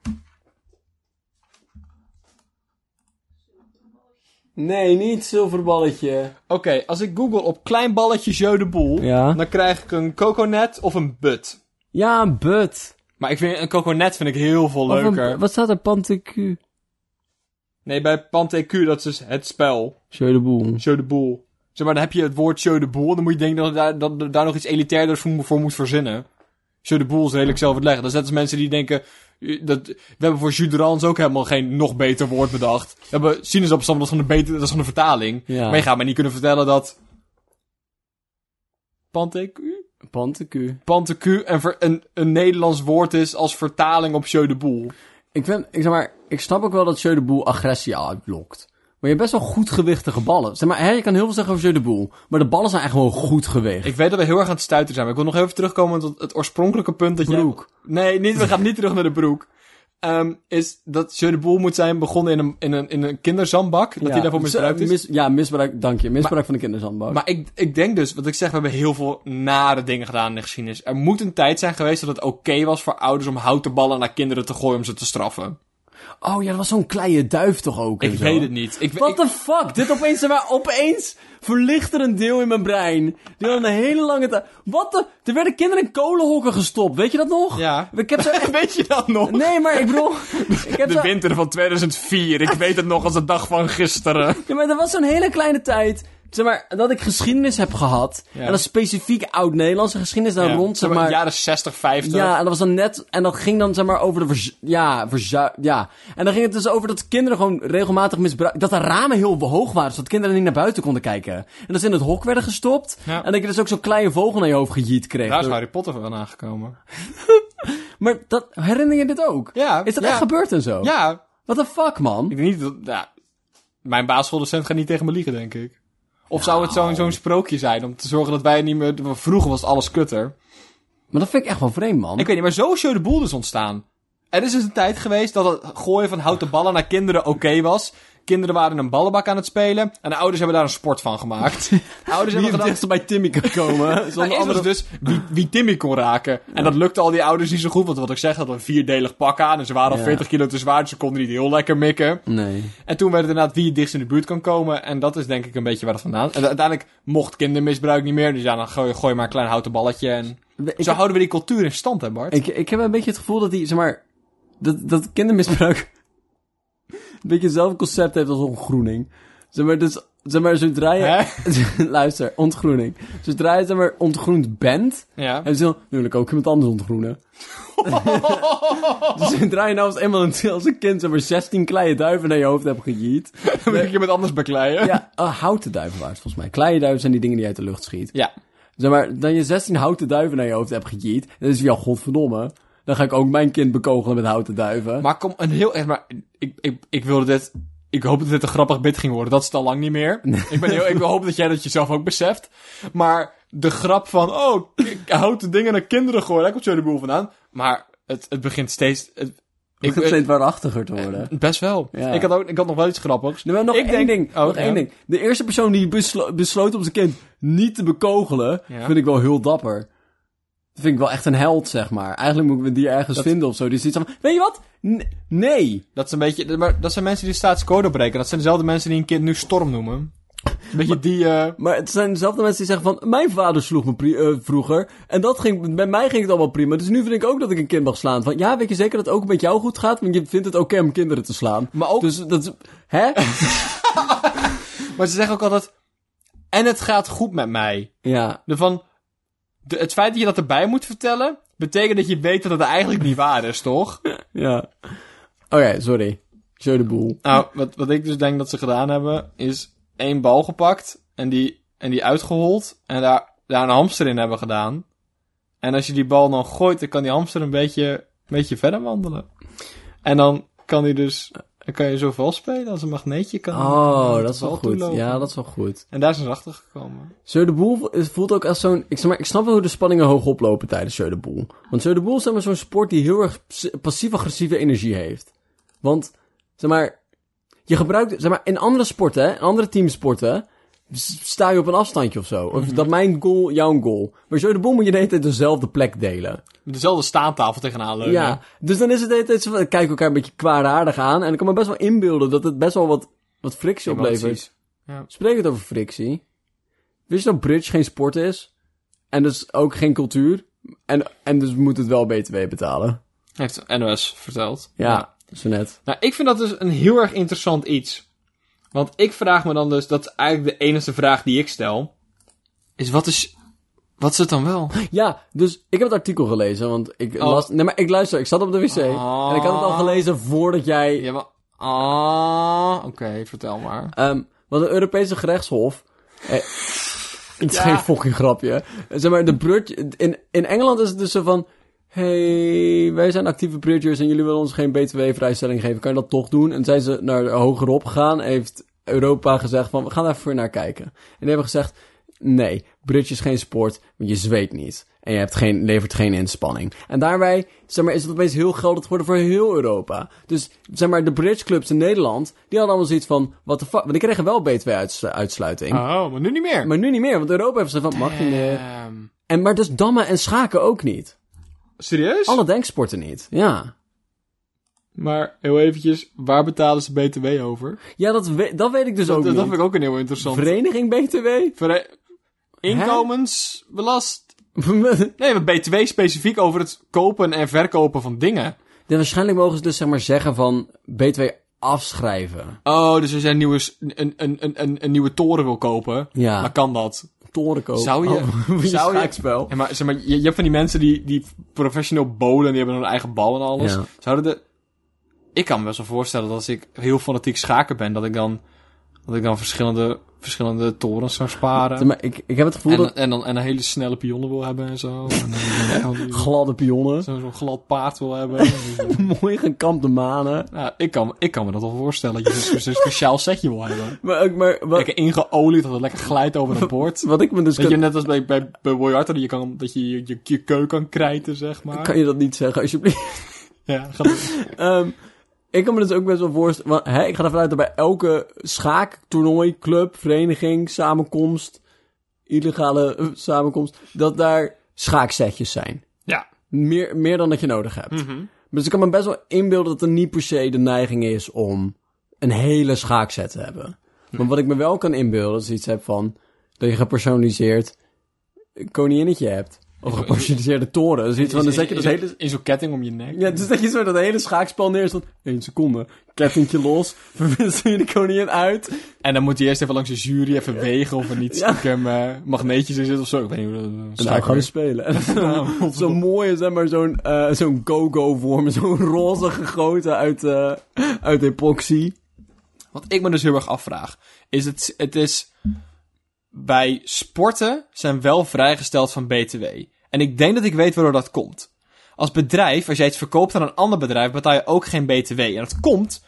Speaker 2: Nee, niet zilverballetje.
Speaker 1: Oké, als ik google op klein balletje jeu de boel,
Speaker 2: Ja.
Speaker 1: dan krijg ik een coconet of een but.
Speaker 2: Ja, een but.
Speaker 1: Maar ik vind een coconet vind ik heel veel
Speaker 2: Of een-
Speaker 1: leuker.
Speaker 2: wat staat er? Pantecu.
Speaker 1: nee, bij Pantecu, dat is dus het spel.
Speaker 2: Jeu de boel.
Speaker 1: Jeu de boel. Zeg maar, dan heb je het woord jeu de boel. Dan moet je denken dat, daar, dat er daar nog iets elitairders voor, voor moet verzinnen. Jeu de boel is redelijk zelf leggen. Dat is net als mensen die denken... eh, Dat, we hebben voor jus de rans ook helemaal geen nog beter woord bedacht. We hebben sinaasappelsap, dat is gewoon een, beter, dat is gewoon een vertaling.
Speaker 2: Ja.
Speaker 1: Maar je gaat mij niet kunnen vertellen dat... Pantecu?
Speaker 2: Pantecu.
Speaker 1: Pantecu een, ver- een, een Nederlands woord is als vertaling op jeu de boel.
Speaker 2: Ik ben, ik zeg maar, ik snap ook wel dat jeu de boel agressie uitlokt. Maar je hebt best wel goed gewichtige ballen. Zeg maar, hè, je kan heel veel zeggen over jeu de boel. Maar de ballen zijn echt gewoon goed gewicht.
Speaker 1: Ik weet dat we heel erg aan het stuiten zijn, maar ik wil nog even terugkomen tot het oorspronkelijke punt dat jij-
Speaker 2: Broek.
Speaker 1: Nee, niet, we gaan niet terug naar de broek. ehm, is dat Je de Boel moet zijn begonnen in een, in een, in een kinderzandbak. Dat hij daarvoor misbruikt is.
Speaker 2: Mis- ja, misbruik, dank je. Misbruik van de kinderzandbak.
Speaker 1: Maar ik, ik denk dus, wat ik zeg, we hebben heel veel nare dingen gedaan in de geschiedenis. Er moet een tijd zijn geweest dat het oké was voor ouders om houten ballen naar kinderen te gooien om ze te straffen.
Speaker 2: oh ja, dat was zo'n kleine duif toch ook? en
Speaker 1: ik
Speaker 2: zo.
Speaker 1: weet het niet. Ik,
Speaker 2: What
Speaker 1: ik,
Speaker 2: the fuck? Dit opeens, zeg maar, opeens verlicht er een deel in mijn brein. Die al een hele lange tijd... Wat de... Er werden kinderen in kolenhokken gestopt, weet je dat nog?
Speaker 1: Ja.
Speaker 2: Ik heb ze...
Speaker 1: Weet je dat nog?
Speaker 2: Nee, maar ik bedoel... Ik heb
Speaker 1: De
Speaker 2: ze...
Speaker 1: winter van 2004, ik weet het nog als de dag van gisteren.
Speaker 2: Ja, maar dat was zo'n hele kleine tijd... Zeg maar, dat ik geschiedenis heb gehad.
Speaker 1: Ja.
Speaker 2: En dat is specifiek oud-Nederlandse geschiedenis daar rond, zeg maar...
Speaker 1: Jaren 60, 50.
Speaker 2: Ja, en dat was dan net... En dat ging dan, zeg maar, over de... verzu- ja, verzu- ja, en dan ging het dus over dat kinderen gewoon regelmatig misbruikt... Dat de ramen heel hoog waren, zodat kinderen niet naar buiten konden kijken. En dat ze in het hok werden gestopt.
Speaker 1: Ja.
Speaker 2: En dat je dus ook zo'n kleine vogel naar je hoofd gejiet kreeg.
Speaker 1: Daar is Harry Potter van aangekomen.
Speaker 2: Maar dat, herinner je dit ook?
Speaker 1: Ja,
Speaker 2: Is dat
Speaker 1: ja.
Speaker 2: echt gebeurd en zo?
Speaker 1: Ja,
Speaker 2: What the fuck, man?
Speaker 1: ik denk niet dat... Ja, mijn basisschooldocent gaat niet tegen me liegen, denk ik. Of zou het zo'n zo'n sprookje zijn om te zorgen dat wij niet meer... Vroeger was alles kutter.
Speaker 2: Maar dat vind ik echt wel vreemd, man.
Speaker 1: Ik weet niet, maar zo is Show de Boel dus ontstaan. Er is dus een tijd geweest dat het gooien van houten ballen naar kinderen oké was. Kinderen waren in een ballenbak aan het spelen. En de ouders hebben daar een sport van gemaakt. De ouders
Speaker 2: Wie
Speaker 1: hebben
Speaker 2: het
Speaker 1: gedaan...
Speaker 2: dichtst bij Timmy kan komen.
Speaker 1: Nou,
Speaker 2: Zonder
Speaker 1: eerst was
Speaker 2: andere...
Speaker 1: het dus wie, wie Timmy kon raken. En dat lukte al die ouders niet zo goed. Want wat ik zeg, dat een vierdelig pak aan. En ze waren al
Speaker 2: Ja.
Speaker 1: 40 kilo te zwaar, dus ze konden niet heel lekker mikken.
Speaker 2: Nee.
Speaker 1: En toen werd het inderdaad wie het dichtst in de buurt kan komen. En dat is denk ik een beetje waar het vandaan... En uiteindelijk mocht kindermisbruik niet meer. Dus ja, dan gooi, gooi maar een klein houten balletje. En...
Speaker 2: Ik
Speaker 1: Zo houden we die cultuur in stand, hè Bart?
Speaker 2: Ik, ik heb een beetje het gevoel dat die, zeg maar, dat, dat kindermisbruik een beetje hetzelfde concept heeft als ontgroening. Zeg maar, dus, zeg maar zodra je... Luister, ontgroening. Zodra je, zeg maar, ontgroend bent,
Speaker 1: Ja.
Speaker 2: heb je zo... Nu wil ik ook iemand anders ontgroenen. dus zodra je nou als, eenmaal een, als een kind, zeg maar, 16 kleine duiven naar je hoofd hebt gejiet.
Speaker 1: Dan moet ik iemand anders bekleien.
Speaker 2: Ja, eh, houten duiven waren het volgens mij. Kleine duiven zijn die dingen die je uit de lucht schiet.
Speaker 1: Ja.
Speaker 2: Zeg maar, dan je 16 houten duiven naar je hoofd hebt gejiet, dan is het jou godverdomme. Dan ga ik ook mijn kind bekogelen met houten duiven.
Speaker 1: Maar kom, een heel echt, maar ik, ik, ik wilde dit, ik hoop dat dit een grappig bit ging worden. Dat is het al lang niet meer. Ik ben heel, ik hoop dat jij dat jezelf ook beseft. Maar de grap van, oh, k- houten dingen naar kinderen gooien, daar komt zo de boel vandaan. Maar het, het begint steeds, het,
Speaker 2: ik
Speaker 1: ik,
Speaker 2: begin steeds waarachtiger te worden.
Speaker 1: het- best wel.
Speaker 2: Ja.
Speaker 1: Ik had ook, ik had nog wel iets grappigs.
Speaker 2: Nee, maar nog
Speaker 1: ik
Speaker 2: één
Speaker 1: denk-
Speaker 2: ding.
Speaker 1: oh,
Speaker 2: nog
Speaker 1: ja.
Speaker 2: één ding. De eerste persoon die beslo- besloot om zijn kind niet te bekogelen,
Speaker 1: Ja.
Speaker 2: vind ik wel heel dapper. Dat vind ik wel echt een held, zeg maar. Eigenlijk moeten we die ergens vinden of zo. Die ziet van, weet je wat? N- nee.
Speaker 1: Dat is een beetje, maar dat zijn mensen die de staatscode breken. Dat zijn dezelfde mensen die een kind nu storm noemen. Een beetje die, eh,
Speaker 2: Maar het zijn dezelfde mensen die zeggen van, mijn vader sloeg me pri- eh, vroeger. En dat ging, bij mij ging het allemaal prima. Dus nu vind ik ook dat ik een kind mag slaan. Van, ja, weet je zeker dat het ook met jou goed gaat? Want je vindt het oké om kinderen te slaan.
Speaker 1: maar ook
Speaker 2: Dus dat is, hè?
Speaker 1: Maar ze zeggen ook altijd... En het gaat goed met mij.
Speaker 2: ja.
Speaker 1: De van, de, het feit dat je dat erbij moet vertellen... betekent dat je weet dat het eigenlijk niet waar is, toch?
Speaker 2: Ja. Oké, sorry. Show de boel.
Speaker 1: Nou, wat, wat ik dus denk dat ze gedaan hebben... is één bal gepakt en die, en die uitgehold... en daar, daar een hamster in hebben gedaan. En als je die bal dan gooit... dan kan die hamster een beetje, een beetje verder wandelen. En dan kan hij dus... dan kan je zo vals spelen als een magneetje kan.
Speaker 2: Oh,
Speaker 1: naar de
Speaker 2: dat is wel
Speaker 1: bal
Speaker 2: goed.
Speaker 1: toelopen.
Speaker 2: Ja, dat is wel goed.
Speaker 1: En daar zijn ze achter gekomen.
Speaker 2: Show de boel vo- is- voelt ook als zo'n... Ik, zeg maar, ik snap wel hoe de spanningen hoog oplopen tijdens Show de boel. Want Show de boel is zeg maar, zo'n sport die heel erg ps- passief-agressieve energie heeft. Want, zeg maar... Je gebruikt... Zeg maar, in andere sporten, in andere teamsporten... s- Sta je op een afstandje of zo. Of dat mijn goal, jouw goal. Maar Show de boel moet je de hele tijd dezelfde plek delen.
Speaker 1: Dezelfde staantafel tegenaan leunen.
Speaker 2: Ja, dus dan is het de hele tijd zo van, we kijken elkaar een beetje kwaadaardig aan. En ik kan me best wel inbeelden dat het best wel wat, wat frictie oplevert.
Speaker 1: Emoties. Ja.
Speaker 2: Spreek het over frictie. Wist je dat bridge geen sport is? En dus ook geen cultuur? En, en dus moet het wel btw betalen.
Speaker 1: Heeft NOS verteld.
Speaker 2: Ja, zo net.
Speaker 1: Nou, ik vind dat dus een heel erg interessant iets. Want ik vraag me dan dus, dat is eigenlijk de enige vraag die ik stel. Is wat is, wat is het dan wel?
Speaker 2: Ja, dus ik heb het artikel gelezen, want ik
Speaker 1: Oh.
Speaker 2: las... Nee, maar ik luister, ik zat op de wc.
Speaker 1: Oh.
Speaker 2: En ik had het al gelezen voordat jij...
Speaker 1: Ja, maar, ah, oké, vertel maar.
Speaker 2: Ehm, want het Europese gerechtshof. eh, het is geen fucking grapje. Eh, Zeg maar, de bridge, in, in Engeland is het dus zo van. hey, wij zijn actieve bridgers en jullie willen ons geen btw-vrijstelling geven. Kan je dat toch doen? En zijn ze naar hogerop gegaan. Heeft Europa gezegd van, we gaan daar voor naar kijken. En die hebben gezegd, nee, bridge is geen sport, want je zweet niet. En je hebt geen, levert geen inspanning. En daarbij zeg maar, is het opeens heel geldig geworden voor heel Europa. Dus zeg maar, de bridgeclubs in Nederland, die hadden allemaal zoiets van... What the fuck? Want die kregen wel btw-uitsluiting.
Speaker 1: Oh, maar nu niet meer.
Speaker 2: Maar nu niet meer, want Europa heeft gezegd van... Mag niet meer.
Speaker 1: Ehm,
Speaker 2: En, maar dus dammen en schaken ook niet.
Speaker 1: serieus?
Speaker 2: Alle denksporten niet, ja.
Speaker 1: Maar heel eventjes, waar betalen ze BTW over?
Speaker 2: Ja, dat, we- dat weet ik dus ook
Speaker 1: Dat, dat
Speaker 2: niet.
Speaker 1: vind ik ook een heel interessant.
Speaker 2: Vereniging BTW?
Speaker 1: Vere- Inkomensbelast.
Speaker 2: ja,
Speaker 1: Nee, maar BTW specifiek over het kopen en verkopen van dingen.
Speaker 2: waarschijnlijk mogen ze dus zeg maar zeggen van... BTW afschrijven.
Speaker 1: Oh, dus als jij een nieuwe, s- een, een, een, een, een nieuwe toren wil kopen,
Speaker 2: Ja.
Speaker 1: dan kan dat.
Speaker 2: Toren kopen.
Speaker 1: Zou je-
Speaker 2: Oh, voor
Speaker 1: zou je-
Speaker 2: schaakspel.
Speaker 1: En maar, zeg maar, je, je hebt van die mensen die, die professioneel bowlen, die hebben hun eigen bal en alles.
Speaker 2: Ja.
Speaker 1: Zouden de... Ik kan me best wel voorstellen dat als ik heel fanatiek schaker ben, dat ik dan, dat ik dan verschillende, verschillende torens zou sparen.
Speaker 2: Maar ik, ik heb het gevoel dat
Speaker 1: En, en dan en een hele snelle pionnen wil hebben en zo. En dan- dan- dan-
Speaker 2: gladde pionnen,
Speaker 1: Zo'n zo'n glad paard wil hebben.
Speaker 2: mooi gekampte manen.
Speaker 1: nou, ik kan, ik kan me dat al voorstellen. Dat je zo'n zo'n speciaal setje wil hebben.
Speaker 2: Maar, ook- maar wat,
Speaker 1: Lekker ingeolied, dat het lekker glijdt over het bord.
Speaker 2: wat ik me dus
Speaker 1: Dat
Speaker 2: kan,
Speaker 1: je net als bij, bij, bij Boyarta, dat je, kan, dat je, je, je, je keu kan krijten, zeg maar.
Speaker 2: kan je dat niet zeggen, alsjeblieft.
Speaker 1: Ja, ga door.
Speaker 2: Ehm, ik kan me dus ook best wel voorstellen. Want, hè, ik ga ervan uit dat bij elke schaaktoernooi, club, vereniging, samenkomst, illegale eh, samenkomst, dat daar schaaksetjes zijn.
Speaker 1: ja.
Speaker 2: Meer, meer dan dat je nodig hebt. Dus ik kan me best wel inbeelden dat er niet per se de neiging is om een hele schaakset te hebben. Maar wat ik me wel kan inbeelden is iets heb van dat je gepersonaliseerd een koninginnetje hebt. Of een gepersonaliseerde toren. Dus iets van, dan zet je dat
Speaker 1: In- in-
Speaker 2: hele...
Speaker 1: In zo'n ketting om je nek.
Speaker 2: Ja, dus dat je zo dat hele schaakspel neerstelt. Eén seconde. Kettingje los. Verwissel je de koningin uit.
Speaker 1: En dan moet hij eerst even langs de jury even wegen of er niet
Speaker 2: Ja.
Speaker 1: stiekem eh, magneetjes in zitten of zo. Ik weet niet hoe dat...
Speaker 2: En dan gaan we spelen. En dan- Zo'n mooie, zeg maar, zo'n eh, zo'n go-go vorm. Zo'n roze gegoten uit, eh, uit epoxy.
Speaker 1: Wat ik me dus heel erg afvraag, is het, het is... Bij sporten zijn wel vrijgesteld van BTW. En ik denk dat ik weet waardoor dat komt. Als bedrijf, als jij iets verkoopt aan een ander bedrijf, betaal je ook geen BTW. En dat komt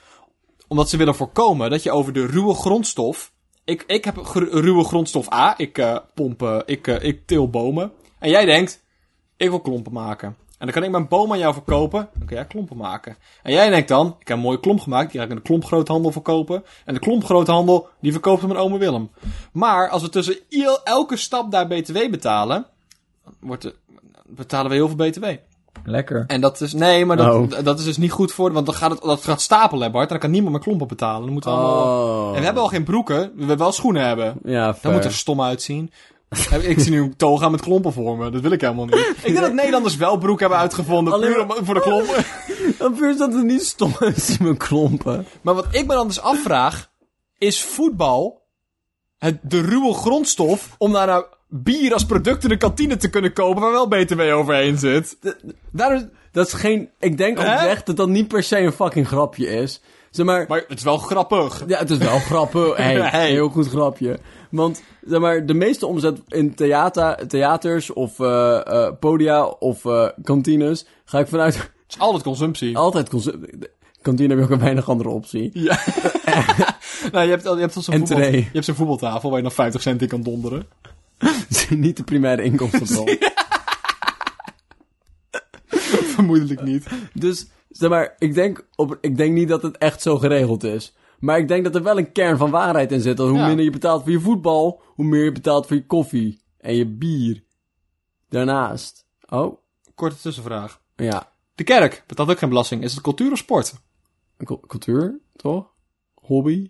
Speaker 1: omdat ze willen voorkomen dat je over de ruwe grondstof... Ik, ik heb gr- ruwe grondstof A, ik eh pomp, eh, ik, eh, ik til bomen. En jij denkt, ik wil klompen maken. En dan kan ik mijn boom aan jou verkopen, dan kun jij klompen maken. En jij denkt dan, ik heb een mooie klomp gemaakt, die ga ik in de klompgroothandel verkopen. En de klompgroothandel, die verkoopt hem aan ome Willem. Maar als we tussen iel- elke stap daar btw betalen, wordt de- betalen we heel veel btw.
Speaker 2: Lekker.
Speaker 1: En dat is, nee, maar dat,
Speaker 2: Oh.
Speaker 1: d- dat is dus niet goed voor, want dan gaat het, dat gaat stapelen, Bart. En dan kan niemand meer klompen betalen. Dan moeten we allemaal...
Speaker 2: Oh.
Speaker 1: En we hebben al geen broeken, we willen wel schoenen hebben.
Speaker 2: Ja,
Speaker 1: Dat moet er stom uitzien. ik zie nu een toga met klompen voor me. Dat wil ik helemaal niet. Ik denk dat Nederlanders wel broek hebben uitgevonden.
Speaker 2: Alleen
Speaker 1: puur om- voor de klompen.
Speaker 2: Dan puur dat het niet stom is in mijn klompen.
Speaker 1: Maar wat ik me dan dus afvraag... Is voetbal het, de ruwe grondstof om daarna bier als product in de kantine te kunnen kopen... waar wel btw overheen zit?
Speaker 2: Daarom, dat is geen... Ik denk
Speaker 1: Hè?
Speaker 2: oprecht dat dat niet per se een fucking grapje is. Zeg maar...
Speaker 1: Maar het is wel grappig.
Speaker 2: Ja, het is wel grappig. Hey,
Speaker 1: Hey.
Speaker 2: Heel goed grapje. Want zeg maar, de meeste omzet in theater, theaters of eh, eh, podia of eh, kantines... ga ik vanuit
Speaker 1: Het is altijd consumptie.
Speaker 2: altijd... consu- de- Kantine heb je ook weinig andere optie.
Speaker 1: Ja. nou, je hebt, al- je hebt al zo'n voetbal,
Speaker 2: Entree.
Speaker 1: je hebt zo'n voetbaltafel waar je dan 50 cent in kan donderen.
Speaker 2: niet de primaire inkomstenbron.
Speaker 1: Vermoedelijk niet.
Speaker 2: Dus zeg maar, ik denk, op, ik denk niet dat het echt zo geregeld is. Maar ik denk dat er wel een kern van waarheid in zit. Dat hoe
Speaker 1: Ja.
Speaker 2: minder je betaalt voor je voetbal, hoe meer je betaalt voor je koffie en je bier. Daarnaast. Oh,
Speaker 1: Korte tussenvraag.
Speaker 2: ja.
Speaker 1: De kerk betaalt ook geen belasting. Is het cultuur of sport?
Speaker 2: Cu- Cultuur, toch? Hobby?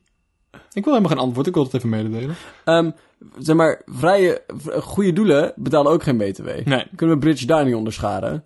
Speaker 1: Ik wil helemaal geen antwoord, ik wil het even mededelen.
Speaker 2: Ehm, zeg maar, vrije, v- goede doelen betalen ook geen BTW.
Speaker 1: Nee.
Speaker 2: Kunnen we Bridge Dining onderscharen?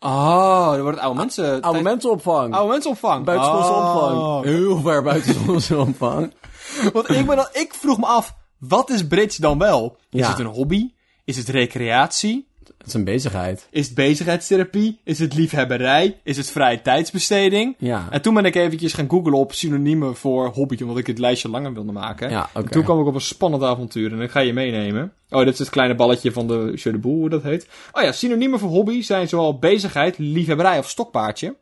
Speaker 1: Oh, dan wordt het oude mensen...
Speaker 2: Oude
Speaker 1: tijd-
Speaker 2: mensenopvang.
Speaker 1: oude mensenopvang.
Speaker 2: Buitenschoolse
Speaker 1: Oh.
Speaker 2: opvang. Heel ver buitenschoolse opvang.
Speaker 1: Want ik, ben dan, ik vroeg me af, wat is bridge dan wel? Is
Speaker 2: Ja.
Speaker 1: het een hobby? Is het recreatie?
Speaker 2: Dat is een bezigheid.
Speaker 1: Is het bezigheidstherapie? Is het liefhebberij? Is het vrije tijdsbesteding?
Speaker 2: Ja.
Speaker 1: En toen ben ik eventjes gaan googlen op synoniemen voor hobby, omdat ik het lijstje langer wilde maken.
Speaker 2: Ja, oké.
Speaker 1: En toen kwam ik op een spannend avontuur en ik ga je meenemen. Oh, dit is het kleine balletje van de Jeu de Boel, hoe dat heet. Oh ja, synoniemen voor hobby zijn zowel bezigheid, liefhebberij of stokpaardje.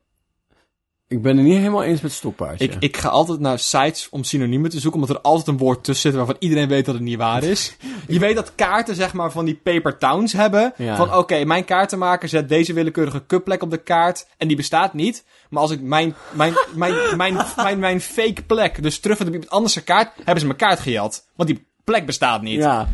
Speaker 2: Ik ben het niet helemaal eens met stokpaardje.
Speaker 1: Ik, ik ga altijd naar sites om synoniemen te zoeken, omdat er altijd een woord tussen zit waarvan iedereen weet dat het niet waar is. Je weet dat kaarten, zeg maar, van die paper towns hebben.
Speaker 2: Ja.
Speaker 1: Van oké, mijn kaartenmaker zet deze willekeurige kutplek op de kaart en die bestaat niet. Maar als ik mijn, mijn, mijn, mijn, mijn, mijn, mijn fake plek dus terug vind op iemand anders zijn kaart, hebben ze mijn kaart gejat. Want die plek bestaat niet.
Speaker 2: Ja.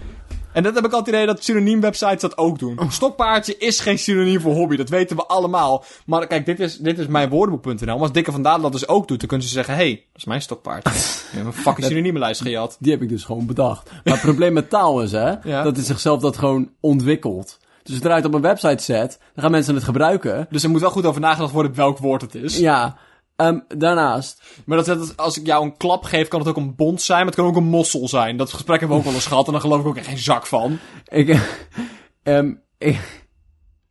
Speaker 1: En dat heb ik altijd het idee dat synoniemwebsites dat ook doen. Stokpaardje is geen synoniem voor hobby, dat weten we allemaal. Maar kijk, dit is, dit is mijn woordenboek.nl. Maar als Dikke van Dalen dat dus ook doet, dan kunnen ze zeggen... hey, dat is mijn stokpaard. Je hebt een fucking synoniemenlijst gejat.
Speaker 2: Die heb ik dus gewoon bedacht. Maar het probleem met taal is, hè,
Speaker 1: Ja.
Speaker 2: dat het zichzelf dat gewoon ontwikkelt. Dus als je het eruit op een website zet, dan gaan mensen het gebruiken.
Speaker 1: Dus er moet wel goed over nagedacht worden welk woord het is.
Speaker 2: Ja, ehm, daarnaast.
Speaker 1: Maar dat is net als- als ik jou een klap geef, kan het ook een bond zijn, maar het kan ook een mossel zijn. Dat gesprek hebben we ook wel eens gehad en daar geloof ik ook echt geen zak van.
Speaker 2: Ik, ehm, ik,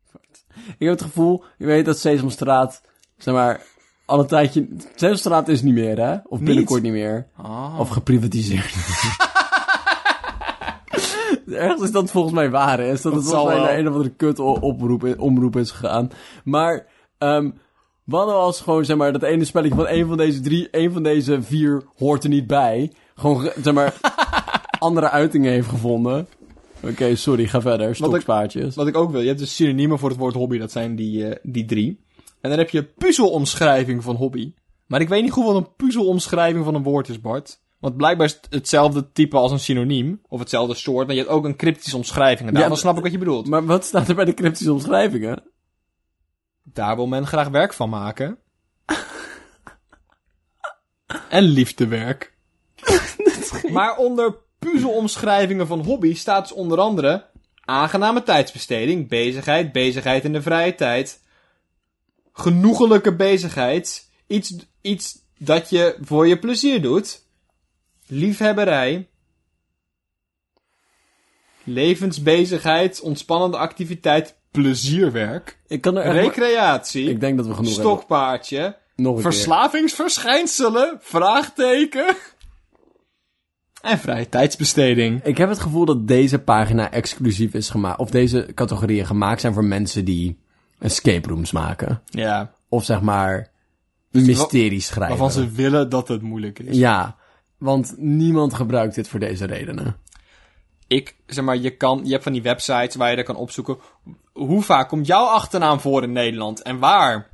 Speaker 2: ik heb het gevoel, je weet dat Sesamstraat, zeg maar, al een tijdje... Sesamstraat is niet meer, hè? Of binnenkort niet, meer. Of geprivatiseerd. Ergens is dat volgens mij waar, hè? Is dat, het
Speaker 1: zal
Speaker 2: volgens mij
Speaker 1: wel.
Speaker 2: naar een of andere kut o- oproep, omroep is gegaan. Maar, ehm wat nou als gewoon, zeg maar, dat ene spelletje van één van deze drie, één van deze vier hoort er niet bij. Gewoon, ge- zeg maar, andere uitingen heeft gevonden. Oké, sorry, ga verder. Stokspaardjes.
Speaker 1: Wat ik ook wil, je hebt dus synoniemen voor het woord hobby, dat zijn die, eh, die drie. En dan heb je puzzelomschrijving van hobby. Maar ik weet niet goed wat een puzzelomschrijving van een woord is, Bart. Want blijkbaar is het hetzelfde type als een synoniem, of hetzelfde soort, maar je hebt ook een cryptische omschrijving. En daarvan
Speaker 2: maar-
Speaker 1: snap ik wat je bedoelt.
Speaker 2: Maar wat staat er bij de cryptische omschrijvingen?
Speaker 1: Daar wil men graag werk van maken. en liefdewerk. maar onder puzzelomschrijvingen van hobby staat dus onder andere... Aangename tijdsbesteding, bezigheid, bezigheid in de vrije tijd. Genoegelijke bezigheid. Iets, iets dat je voor je plezier doet. Liefhebberij. Levensbezigheid, ontspannende activiteit, plezierwerk.
Speaker 2: Ik kan er echt... maar-
Speaker 1: Recreatie.
Speaker 2: Ik denk dat we genoeg hebben.
Speaker 1: Stokpaardje.
Speaker 2: Nog een keer.
Speaker 1: Verslavingsverschijnselen. Vraagteken. En vrije tijdsbesteding.
Speaker 2: Ik heb het gevoel dat deze pagina exclusief is gemaakt. Of deze categorieën gemaakt zijn voor mensen die escape rooms maken.
Speaker 1: Ja.
Speaker 2: Of zeg maar mysteries schrijven.
Speaker 1: Dus Waarvan ze willen dat het moeilijk is.
Speaker 2: Ja, want niemand gebruikt dit voor deze redenen.
Speaker 1: Ik, zeg maar, je, kan, je hebt van die websites waar je dat kan opzoeken. Hoe vaak komt jouw achternaam voor in Nederland en waar?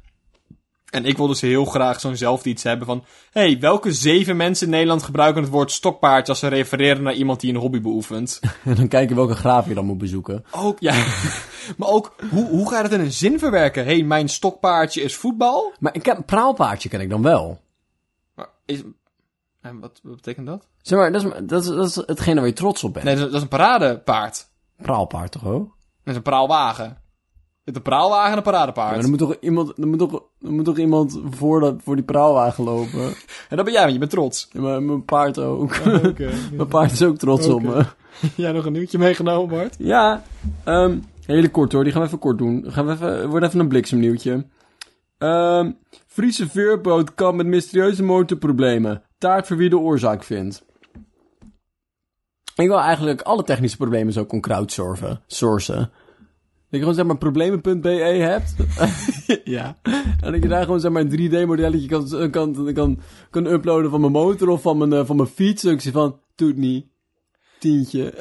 Speaker 1: En ik wil dus heel graag zo'nzelfde iets hebben van... hey, welke zeven mensen in Nederland gebruiken het woord stokpaardje... als ze refereren naar iemand die een hobby beoefent?
Speaker 2: En dan kijken welke graaf je dan moet bezoeken.
Speaker 1: Ook, ja. maar ook, hoe, hoe ga je dat in een zin verwerken? Hé, hey, mijn stokpaardje is voetbal?
Speaker 2: Maar ik ken, praalpaardje ken ik dan wel.
Speaker 1: Maar Is, en wat, wat betekent dat?
Speaker 2: Zeg maar, dat is, dat is, dat is hetgene waar je trots op bent.
Speaker 1: Nee, dat is, dat is een paradepaard.
Speaker 2: Praalpaard toch ook?
Speaker 1: Dat is een praalwagen. Je hebt een praalwagen en een paradepaard.
Speaker 2: Maar er moet toch iemand, er moet toch, er moet toch iemand voor, dat, voor die praalwagen lopen?
Speaker 1: En dat ben jij, want je bent trots.
Speaker 2: Ja, maar mijn paard ook.
Speaker 1: Oké.
Speaker 2: mijn paard is ook trots op me.
Speaker 1: jij nog een nieuwtje meegenomen, Bart?
Speaker 2: Ja, ehm, hele kort hoor. Die gaan we even kort doen. Gaan we even, wordt even een bliksemnieuwtje. Ehm Friese veerboot kan met mysterieuze motorproblemen. Taart voor wie de oorzaak vindt. Ik wil eigenlijk alle technische problemen zo kon crowdsourcen. Sourcen. Dat je gewoon zeg maar problemen.be hebt.
Speaker 1: ja.
Speaker 2: en dat je daar gewoon zeg maar een 3D-modelletje kan, eh, kan, kan, kan uploaden van mijn motor of van mijn, eh, van mijn fiets. En ik zeg van, doet niet. Tientje.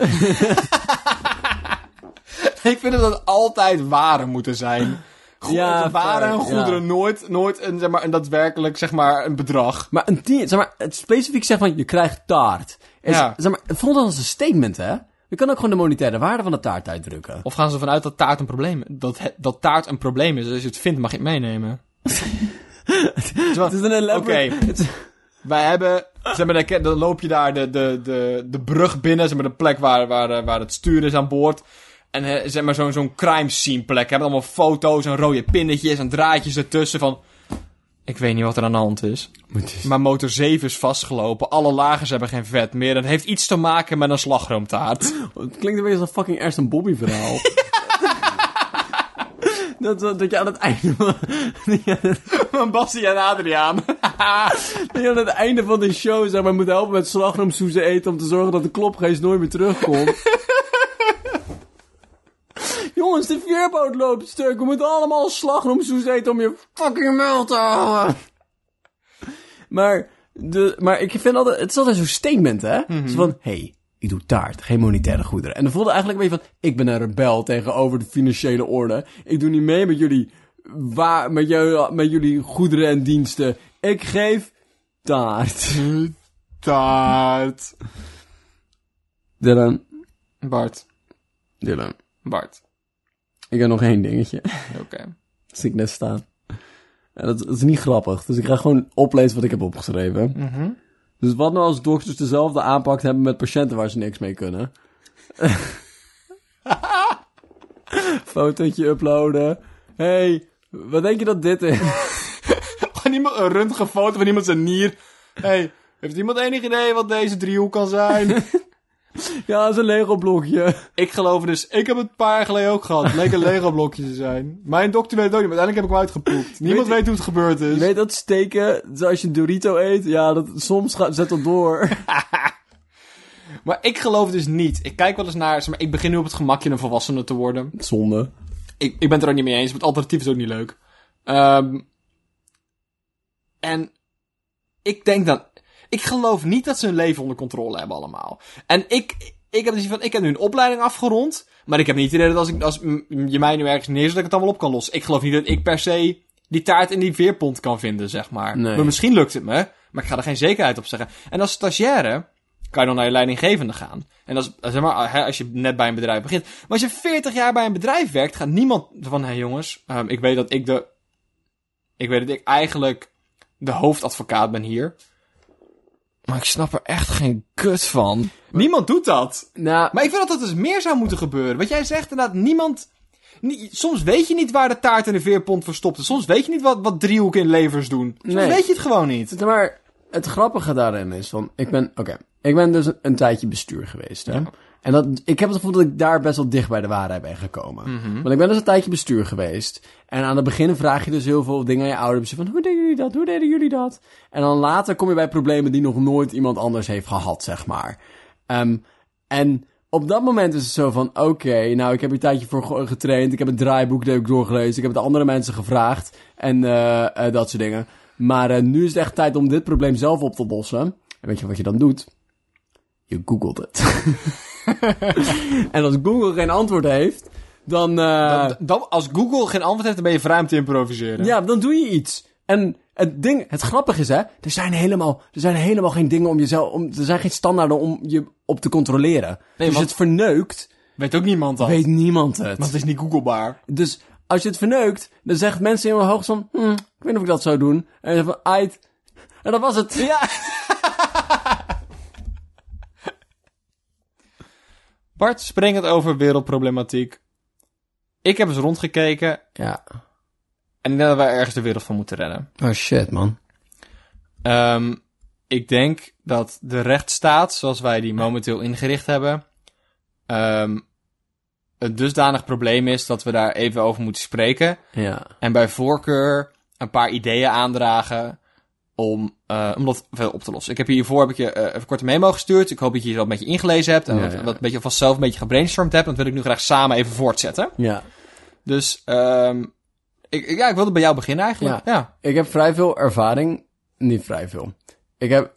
Speaker 1: Ik vind dat het altijd waren moeten zijn. Goed,
Speaker 2: Ja,
Speaker 1: waren
Speaker 2: fair,
Speaker 1: en goederen.
Speaker 2: ja.
Speaker 1: Nooit, nooit een, zeg maar, een daadwerkelijk zeg maar, een bedrag.
Speaker 2: Maar een tien, zeg maar, het specifiek zegt van je krijgt taart. En
Speaker 1: Ja.
Speaker 2: zeg maar, het voelt als een statement, hè? Je kan ook gewoon de monetaire waarde van de taart uitdrukken.
Speaker 1: Of gaan ze ervan uit dat taart een probleem dat, het- dat taart een probleem is? Dus als je het vindt, mag je het meenemen.
Speaker 2: Het is een
Speaker 1: Oké.
Speaker 2: elaborate... het is-
Speaker 1: Wij hebben, zeg maar, dan ken- dan loop je daar de, de, de, de brug binnen, zeg maar, de plek waar, waar, eh, waar het stuur is aan boord. En eh, zeg maar, zo'n zo'n crime scene plek. Hebben allemaal foto's en rode pinnetjes en draadjes ertussen van... Ik weet niet wat er aan de hand is. Maar motor 7 is vastgelopen. Alle lagers hebben geen vet meer. Dat heeft iets te maken met een slagroomtaart.
Speaker 2: Het klinkt een beetje als een fucking Ernst en Bobby verhaal. dat, dat, dat je aan het einde van... dat je aan het-
Speaker 1: Van Bassie en Adriaan.
Speaker 2: dat je aan het einde van de show, zeg maar, moet helpen met slagroomsoezen eten... om te zorgen dat de klopgeest nooit meer terugkomt. Jongens, de veerboot loopt stuk. We moeten allemaal slagroomsoes eten om je fucking muil te houden. Maar, de, maar ik vind altijd, het is altijd zo'n statement, hè? Zo van, hey, ik doe taart, geen monetaire goederen. En dan voelde eigenlijk een beetje van, ik ben een rebel tegenover de financiële orde. Ik doe niet mee met jullie, waar, met, jou, met jullie goederen en diensten. Ik geef taart.
Speaker 1: Taart.
Speaker 2: Dylan,
Speaker 1: Bart.
Speaker 2: Dylan,
Speaker 1: Bart.
Speaker 2: ik heb nog één dingetje.
Speaker 1: Oké.
Speaker 2: zie ik net staan. En dat, dat is niet grappig, dus ik ga gewoon oplezen wat ik heb opgeschreven.
Speaker 1: Mhm.
Speaker 2: Dus wat nou als dokters dezelfde aanpak hebben met patiënten waar ze niks mee kunnen? Fotootje uploaden. hey, wat denk je dat dit is?
Speaker 1: Gewoon iemand een röntgenfoto van iemand zijn nier. hey, heeft iemand enig idee wat deze driehoek kan zijn?
Speaker 2: ja, dat is een Lego blokje.
Speaker 1: ik geloof dus, ik heb het een paar jaar geleden ook gehad. Het leek een Lego blokje te zijn. Mijn dokter weet het ook niet, maar uiteindelijk heb ik hem uitgepoept. Niemand
Speaker 2: Weet-
Speaker 1: weet hoe het gebeurd is.
Speaker 2: Je weet dat steken, zo als je een Dorito eet, ja, dat, soms gaat, zet dat door.
Speaker 1: Maar ik geloof dus niet. Ik kijk wel eens naar, zeg maar, ik begin nu op het gemakje een volwassene te worden.
Speaker 2: Zonde.
Speaker 1: Ik, ik ben het er ook niet mee eens, maar het alternatief is ook niet leuk. Ehm, en ik denk dan, ik geloof niet dat ze hun leven onder controle hebben allemaal. En ik, ik heb dus van, ik heb nu een opleiding afgerond, maar ik heb niet het idee dat als, ik, als mm, je mij nu ergens neerzet, dat ik het allemaal op kan lossen. Ik geloof niet dat ik per se die taart in die veerpont kan vinden, zeg maar.
Speaker 2: Nee.
Speaker 1: Maar misschien lukt het me, maar ik ga er geen zekerheid op zeggen. En als stagiaire kan je dan naar je leidinggevende gaan. En als, zeg maar, hè, als je net bij een bedrijf begint. Maar als je 40 jaar bij een bedrijf werkt, gaat niemand van, hé jongens, ehm, ik weet dat ik de, ik weet dat ik eigenlijk de hoofdadvocaat ben hier. Maar ik snap er echt geen kut van. Niemand doet dat.
Speaker 2: Nou,
Speaker 1: Maar ik vind dat dat dus meer zou moeten gebeuren. Wat jij zegt inderdaad, niemand... ni- soms weet je niet waar de taart en de veerpont verstopt is. Soms weet je niet wat, wat driehoeken in levers doen. Soms
Speaker 2: Nee.
Speaker 1: weet je het gewoon niet.
Speaker 2: Het- Maar het grappige daarin is van, ik ben, oké, ik ben dus een, een tijdje bestuur geweest, hè. En dat, ik heb het gevoel dat ik daar best wel dicht bij de waarheid ben gekomen. Want ik ben dus een tijdje bestuur geweest. En aan het begin vraag je dus heel veel dingen aan je ouders. dus Van, hoe deden jullie dat? Hoe deden jullie dat? En dan later kom je bij problemen die nog nooit iemand anders heeft gehad, zeg maar. Ehm, en op dat moment is het zo van, oké, nou, ik heb hier een tijdje voor ge- getraind. Ik heb het draaiboek dat heb ik doorgelezen. Ik heb het andere mensen gevraagd. En eh, eh, dat soort dingen. Maar eh, nu is het echt tijd om dit probleem zelf op te lossen. En weet je wat je dan doet? Je googelt het. en als Google geen antwoord heeft, dan... eh,
Speaker 1: Dan- dan, als Google geen antwoord heeft, dan ben je vrij om te improviseren.
Speaker 2: ja, dan doe je iets. En het ding, het grappige is hè, er zijn helemaal, er zijn helemaal geen dingen om jezelf, om, er zijn geen standaarden om je op te controleren. dus
Speaker 1: want-
Speaker 2: het verneukt,
Speaker 1: Weet ook niemand dat.
Speaker 2: weet niemand het.
Speaker 1: Want het is niet googlebaar. Dus
Speaker 2: Als je het verneukt, dan zegt mensen in mijn hoogst van, hm, ik weet niet of ik dat zou doen. En dan van, ait. En dat was het.
Speaker 1: ja. Bart springend over wereldproblematiek. Ik heb eens rondgekeken
Speaker 2: Ja.
Speaker 1: en ik denk dat wij ergens de wereld van moeten redden.
Speaker 2: Oh shit, man.
Speaker 1: Ehm, ik denk dat de rechtsstaat, zoals wij die momenteel ingericht hebben, ehm, een dusdanig probleem is dat we daar even over moeten spreken.
Speaker 2: Ja.
Speaker 1: En bij voorkeur een paar ideeën aandragen om, eh, om dat verder op te lossen. Ik heb hiervoor heb ik je eh, even een korte memo gestuurd. Ik hoop dat je hier wat een beetje ingelezen hebt. En
Speaker 2: Ja,
Speaker 1: wat,
Speaker 2: ja.
Speaker 1: wat een beetje, vast zelf een beetje gebrainstormd hebt. Dat wil ik nu graag samen even voortzetten.
Speaker 2: Ja.
Speaker 1: Dus ehm ik, ik- ja, ik wilde bij jou beginnen eigenlijk. Ja.
Speaker 2: Ik heb vrij veel ervaring. Niet vrij veel. Ik heb,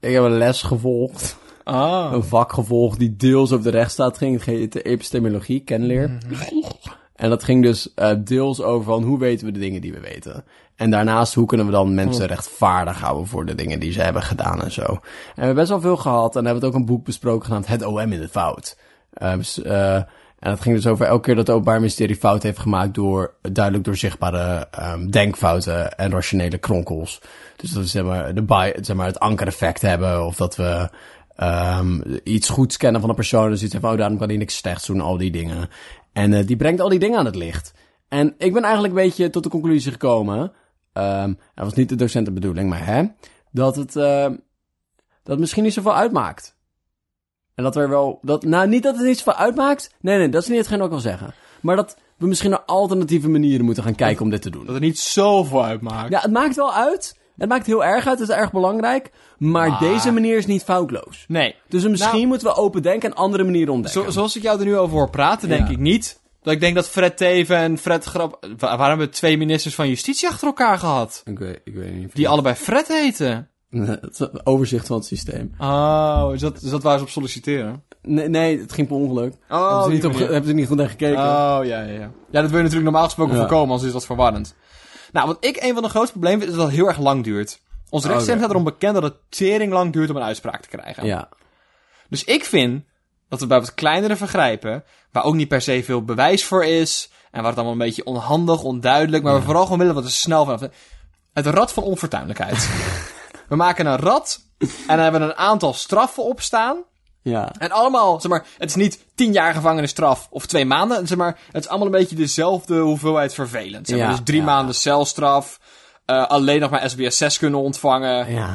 Speaker 2: ik heb een les gevolgd.
Speaker 1: Ah.
Speaker 2: Een vak gevolgd die deels over de rechtsstaat ging. Het ging de epistemologie, kenleer. En dat ging dus eh, deels over van hoe weten we de dingen die we weten. En daarnaast, hoe kunnen we dan mensen rechtvaardig houden voor de dingen die ze hebben gedaan en zo. En we hebben best wel veel gehad en hebben het ook een boek besproken genaamd Het OM in de Fout. Eh, dus, eh, en dat ging dus over elke keer dat het Openbaar Ministerie fout heeft gemaakt door duidelijk door zichtbare ehm, denkfouten en rationele kronkels. Dus dat is zeg maar, de bi- zeg maar het ankereffect hebben of dat we ehm, iets goeds kennen van een persoon. Dus iets van, oh daarom kan hij niks slechts doen, al die dingen. En eh, die brengt al die dingen aan het licht. En ik ben eigenlijk een beetje tot de conclusie gekomen. ehm dat was niet de docentenbedoeling, maar hè. Dat het, ehm, dat het misschien niet zoveel uitmaakt. En dat er wel. Dat, nou, niet dat het niet zoveel uitmaakt. Nee, nee, dat is niet hetgeen wat ik wil zeggen. Maar dat we misschien naar alternatieve manieren moeten gaan kijken om dit te doen.
Speaker 1: Dat het niet zoveel uitmaakt.
Speaker 2: Ja, het maakt wel uit. Het maakt heel erg uit. Het is erg belangrijk. Maar
Speaker 1: Maar-
Speaker 2: deze manier is niet foutloos.
Speaker 1: Nee.
Speaker 2: Dus misschien
Speaker 1: Nou-
Speaker 2: moeten we open denken en andere manieren ontdekken.
Speaker 1: Zo, zoals ik jou er nu over hoor praten, denk
Speaker 2: Ja.
Speaker 1: ik niet Dat ik denk dat Fred Teven en Fred Grap... Wa- waarom hebben we twee ministers van justitie achter elkaar gehad?
Speaker 2: Ik weet, ik weet niet.
Speaker 1: Die allebei Fred heten.
Speaker 2: Het is een overzicht van het systeem.
Speaker 1: Oh, is dat, is dat waar ze op solliciteren?
Speaker 2: Nee, nee het ging per ongeluk. hebben,
Speaker 1: Oh,
Speaker 2: ze niet op,
Speaker 1: die manier.
Speaker 2: hebben ze niet goed naar gekeken.
Speaker 1: Oh, ja, ja, ja. Ja, dat wil je natuurlijk normaal gesproken
Speaker 2: Ja.
Speaker 1: voorkomen, anders is dat verwarrend. Nou, wat ik een van de grootste problemen vind, is dat het heel erg lang duurt. Ons
Speaker 2: Oké.
Speaker 1: rechtssysteem staat erom bekend dat het tering lang duurt om een uitspraak te krijgen.
Speaker 2: ja.
Speaker 1: Dus ik vind dat we bij wat kleinere vergrijpen, waar ook niet per se veel bewijs voor is, en waar het allemaal een beetje onhandig, onduidelijk, maar we vooral gewoon willen wat er snel vanaf... Het rad van onfortuinlijkheid. we maken een rad en hebben een aantal straffen op staan.
Speaker 2: Ja.
Speaker 1: En allemaal, zeg maar, het is niet tien jaar gevangenisstraf of twee maanden. Zeg maar, het is allemaal een beetje dezelfde hoeveelheid vervelend. Zeg maar,
Speaker 2: Ja,
Speaker 1: dus drie
Speaker 2: ja.
Speaker 1: maanden celstraf, eh, alleen nog maar SBS 6 kunnen ontvangen,
Speaker 2: Ja.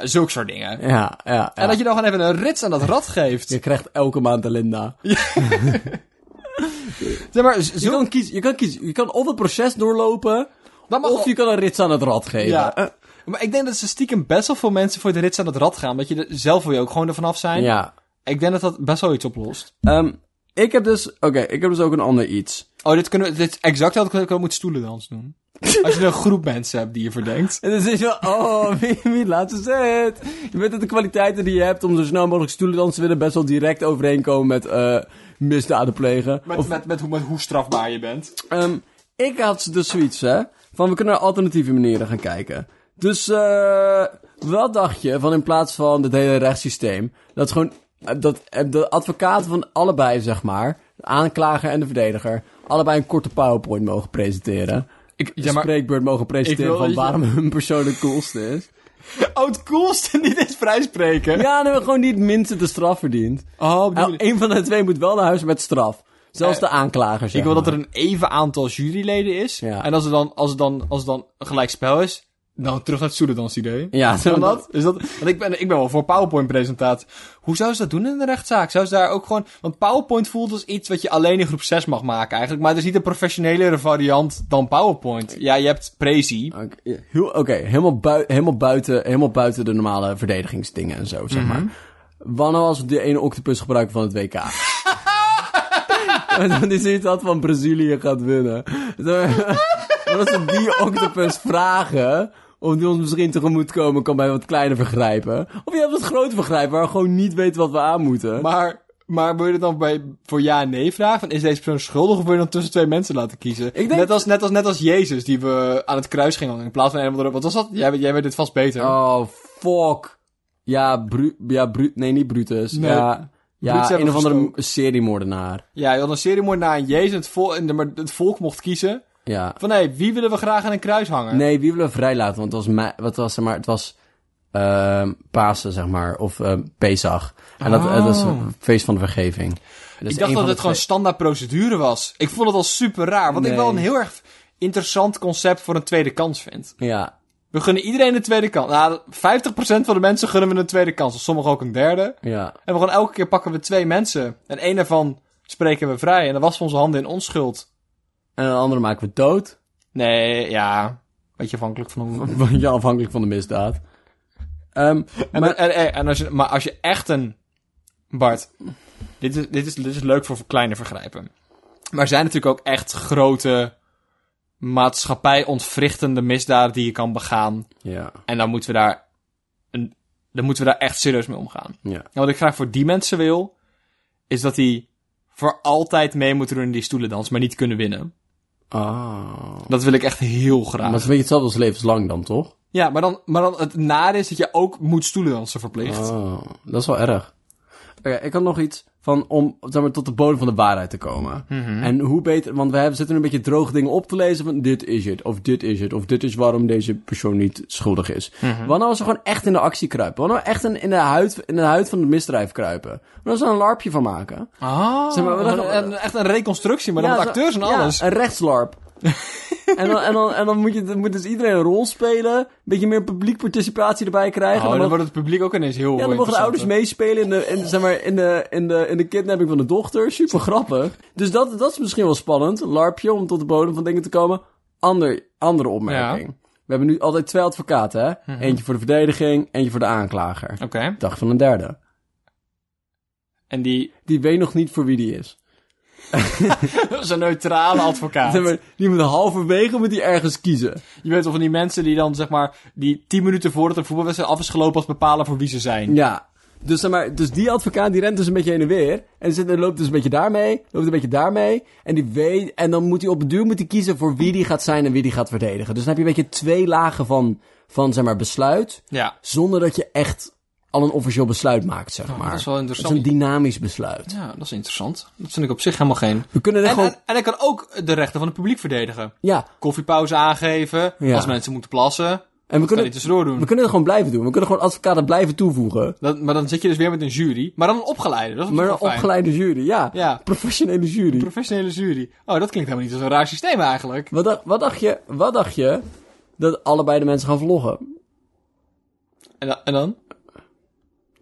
Speaker 1: eh zulke soort dingen.
Speaker 2: Ja, ja, ja.
Speaker 1: En dat je dan gewoon even een rits aan dat rad geeft.
Speaker 2: Je krijgt elke maand een Linda.
Speaker 1: Zeg maar, z-
Speaker 2: Je
Speaker 1: zo,
Speaker 2: kan, kiezen, je kan kiezen. Je kan of het proces doorlopen,
Speaker 1: dat mag
Speaker 2: of
Speaker 1: wel-
Speaker 2: je kan een rits aan het rad geven.
Speaker 1: Ja.
Speaker 2: Eh,
Speaker 1: Maar ik denk dat ze stiekem best wel veel mensen voor de rits aan het rad gaan. Omdat je er- zelf wil je ook gewoon ervan af zijn.
Speaker 2: ja.
Speaker 1: Ik denk dat dat best wel iets oplost.
Speaker 2: Ehm, ik heb dus... Oké, ik heb dus ook een ander iets.
Speaker 1: Oh, dit kunnen we, dit is exact wat ik ook moet stoelendans doen. Als je een groep mensen hebt die je verdenkt.
Speaker 2: En dan is je wel, oh, wie, wie laat ze zet? Je weet dat de kwaliteiten die je hebt om zo snel mogelijk stoelendans te willen best wel direct overeenkomen met eh, misdaden plegen.
Speaker 1: Met,
Speaker 2: Of,
Speaker 1: met, met, hoe, met hoe strafbaar je bent.
Speaker 2: ehm, ik had dus zoiets, hè, van we kunnen naar alternatieve manieren gaan kijken. Dus eh, wat dacht je van in plaats van het hele rechtssysteem, dat gewoon eh, dat eh, de advocaten van allebei, zeg maar, de aanklager en de verdediger, allebei een korte powerpoint mogen presenteren.
Speaker 1: Ik,
Speaker 2: Een
Speaker 1: ja, maar
Speaker 2: spreekbeurt mogen presenteren
Speaker 1: wil
Speaker 2: van
Speaker 1: dat je-
Speaker 2: waarom hun persoon de coolste is.
Speaker 1: oh, het coolste niet eens vrijspreken.
Speaker 2: Ja, nee, maar gewoon die het minste de straf verdient.
Speaker 1: Oh, bedoel
Speaker 2: En
Speaker 1: je-
Speaker 2: Eén van de twee moet wel naar huis met straf. Zelfs
Speaker 1: Eh,
Speaker 2: de aanklager, zeg
Speaker 1: ik wil
Speaker 2: maar.
Speaker 1: dat er een even aantal juryleden is.
Speaker 2: Ja.
Speaker 1: En als er dan, als er dan, als er dan een gelijk spel is, dan terug naar het stoelendans idee.
Speaker 2: Ja, zo
Speaker 1: Kan
Speaker 2: dat...
Speaker 1: dat? Is dat? Want ik ben, ik ben wel voor PowerPoint-presentatie. Hoe zou ze dat doen in de rechtszaak? Zou ze daar ook gewoon... Want PowerPoint voelt als iets wat je alleen in groep 6 mag maken eigenlijk. Maar het is niet een professionelere variant dan PowerPoint. Ja, je hebt Prezi.
Speaker 2: Oké, Ah, ja, heel- Oké, helemaal, bui- helemaal, buiten, helemaal buiten de normale verdedigingsdingen en zo, zeg
Speaker 1: Mhm.
Speaker 2: maar. Wanneer was de ene octopus gebruiken van het WK? En dan die zoiets had van Brazilië gaat winnen. Zo- Maar als ze die octopus vragen, of die ons misschien tegemoet komen, kan bij wat kleine vergrijpen. Of je hebt wat grote vergrijpen waar we gewoon niet weten wat we aan moeten.
Speaker 1: Maar, maar wil je dat dan bij, voor ja en nee vragen? Van, is deze persoon schuldig of wil je dan tussen twee mensen laten kiezen?
Speaker 2: denk-
Speaker 1: net, als, net, als, net als Jezus die we aan het kruis gingen hangen. In plaats van een of andere... Wat was dat? Jij, weet- jij weet dit vast beter.
Speaker 2: Oh, fuck. Ja, Bru ja Bru nee, niet Brutus.
Speaker 1: Nee,
Speaker 2: ja, ja
Speaker 1: hebben
Speaker 2: een of andere
Speaker 1: gestoken.
Speaker 2: seriemoordenaar.
Speaker 1: Ja, je had een seriemoordenaar en Jezus en het, vol, en de- maar het volk mocht kiezen.
Speaker 2: Ja.
Speaker 1: Van hé, wie willen we graag aan een kruis hangen?
Speaker 2: Nee, wie willen we vrijlaten? Want het was, mei- wat was, zeg maar, het was ehm Pasen, zeg maar, of ehm Pesach. En dat,
Speaker 1: Oh.
Speaker 2: eh, dat is het feest van de vergeving. Dat is
Speaker 1: Ik dacht
Speaker 2: één van
Speaker 1: dat
Speaker 2: de
Speaker 1: het gewoon
Speaker 2: twee-
Speaker 1: standaard procedure was. Ik vond het al super raar. Wat ik wel een
Speaker 2: Nee.
Speaker 1: heel erg interessant concept voor een tweede kans vind.
Speaker 2: Ja,
Speaker 1: We gunnen iedereen een tweede kans. Nou, 50% van de mensen gunnen we een tweede kans. Of sommigen ook een derde.
Speaker 2: ja.
Speaker 1: En we gaan elke keer pakken we twee mensen. En één daarvan spreken we vrij. En dan wassen we onze handen in onschuld.
Speaker 2: En een andere maken we dood.
Speaker 1: Nee, ja. Beetje afhankelijk van hoe...
Speaker 2: Ja, afhankelijk van de misdaad. Ehm,
Speaker 1: En,
Speaker 2: maar,
Speaker 1: en, en- en als je, maar als je echt een... Bart, dit is, dit, is, dit is leuk voor kleine vergrijpen. Maar er zijn natuurlijk ook echt grote maatschappij-ontwrichtende misdaden die je kan begaan.
Speaker 2: ja,
Speaker 1: En dan moeten we daar, een, dan moeten we daar echt serieus mee omgaan.
Speaker 2: ja.
Speaker 1: En wat ik graag voor die mensen wil, is dat die voor altijd mee moeten doen in die stoelendans, maar niet kunnen winnen.
Speaker 2: Ah.
Speaker 1: Dat wil ik echt heel graag.
Speaker 2: Maar het is een beetje hetzelfde als levenslang dan, toch?
Speaker 1: Ja, maar dan, maar dan het nare is dat je ook moet stoelendansen verplicht.
Speaker 2: Oh, dat is wel erg. Oké, ik had nog iets van om zeg maar, tot de bodem van de waarheid te komen.
Speaker 1: Mhm.
Speaker 2: En hoe beter, want we hebben, zitten nu een beetje droog dingen op te lezen van dit is het, of dit is het, of dit is waarom deze persoon niet schuldig is.
Speaker 1: Mhm.
Speaker 2: Wanneer als we gewoon echt in de actie kruipen? Wanneer we echt in, in, de huid, in de huid van het misdrijf kruipen? Wanneer we er een larpje van maken?
Speaker 1: Ah,
Speaker 2: Zeg maar, we
Speaker 1: een-
Speaker 2: dachten-
Speaker 1: een- echt een reconstructie, maar dan
Speaker 2: Ja,
Speaker 1: met
Speaker 2: zo-
Speaker 1: acteurs en
Speaker 2: ja,
Speaker 1: alles.
Speaker 2: een rechtslarp. en dan, en dan, en dan moet, je, dan moet dus iedereen een rol spelen, een beetje meer publiek participatie erbij krijgen.
Speaker 1: Oh,
Speaker 2: dan
Speaker 1: dan
Speaker 2: mag-
Speaker 1: wordt het publiek ook ineens heel
Speaker 2: Ja, dan mogen de
Speaker 1: interessant,
Speaker 2: ouders
Speaker 1: hè?
Speaker 2: meespelen in de, in, zeg maar, in, de, in, de, in de kidnapping van de dochter. Super grappig. Dus dat, dat is misschien wel spannend. Een larpje om tot de bodem van dingen te komen. Ander, andere opmerking. We hebben nu altijd twee advocaten, hè? Eentje voor de verdediging, eentje voor de aanklager.
Speaker 1: Oké.
Speaker 2: Dag van een derde.
Speaker 1: En die...
Speaker 2: Die weet nog niet voor wie die is.
Speaker 1: Zo'n neutrale advocaat.
Speaker 2: Zeg maar, die moet halverwege moet die ergens kiezen.
Speaker 1: Je weet wel van die mensen die dan, zeg maar, die tien minuten voordat de voetbalwedstrijd af is gelopen, als bepalen voor wie ze zijn.
Speaker 2: Ja. Dus, zeg maar, dus die advocaat die rent dus een beetje heen en weer. En zit, en loopt dus een beetje daarmee. Loopt een beetje daarmee. En, die weet, en dan moet hij op het duur moet hij kiezen voor wie die gaat zijn en wie die gaat verdedigen. Dus dan heb je een beetje twee lagen van, van zeg maar, besluit.
Speaker 1: Ja.
Speaker 2: Zonder dat je echt al een officieel besluit maakt, zeg maar.
Speaker 1: dat is wel
Speaker 2: Dat is
Speaker 1: interessant.
Speaker 2: een dynamisch besluit.
Speaker 1: Ja, dat is interessant. Dat vind ik op zich helemaal geen.
Speaker 2: We kunnen er
Speaker 1: En,
Speaker 2: gewoon...
Speaker 1: en, en hij kan ook de rechten van het publiek verdedigen.
Speaker 2: ja,
Speaker 1: Koffiepauze aangeven,
Speaker 2: Ja.
Speaker 1: als mensen moeten plassen.
Speaker 2: en we
Speaker 1: Kan dus hij
Speaker 2: kunnen,
Speaker 1: tussendoor doen.
Speaker 2: we kunnen er gewoon blijven doen. We kunnen gewoon advocaten blijven toevoegen.
Speaker 1: Dat- maar dan zit je dus weer met een jury. Maar dan een opgeleide. Dat is op
Speaker 2: Maar
Speaker 1: zich
Speaker 2: een
Speaker 1: wel fijn.
Speaker 2: opgeleide jury, ja.
Speaker 1: Ja.
Speaker 2: Professionele jury.
Speaker 1: Professionele jury. Oh, dat klinkt helemaal niet als een raar systeem eigenlijk.
Speaker 2: Wat dacht, wat, dacht je, wat dacht je dat allebei de mensen gaan vloggen?
Speaker 1: En, da- en dan?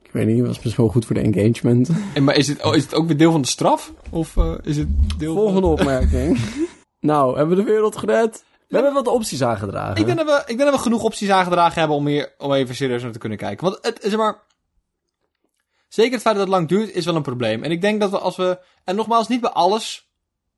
Speaker 2: Ik weet niet, dat was misschien wel goed voor de engagement.
Speaker 1: En, maar is het, oh, is het ook weer deel van de straf? Of eh, is het deel van...
Speaker 2: Volgende opmerking. nou, hebben we de wereld gered? We hebben wat opties aangedragen.
Speaker 1: Ik denk, dat we, ik denk dat we genoeg opties aangedragen hebben om, hier, om even serieus naar te kunnen kijken. Want het, zeg maar... Zeker het feit dat het lang duurt is wel een probleem. En ik denk dat we als we... En nogmaals, niet bij alles.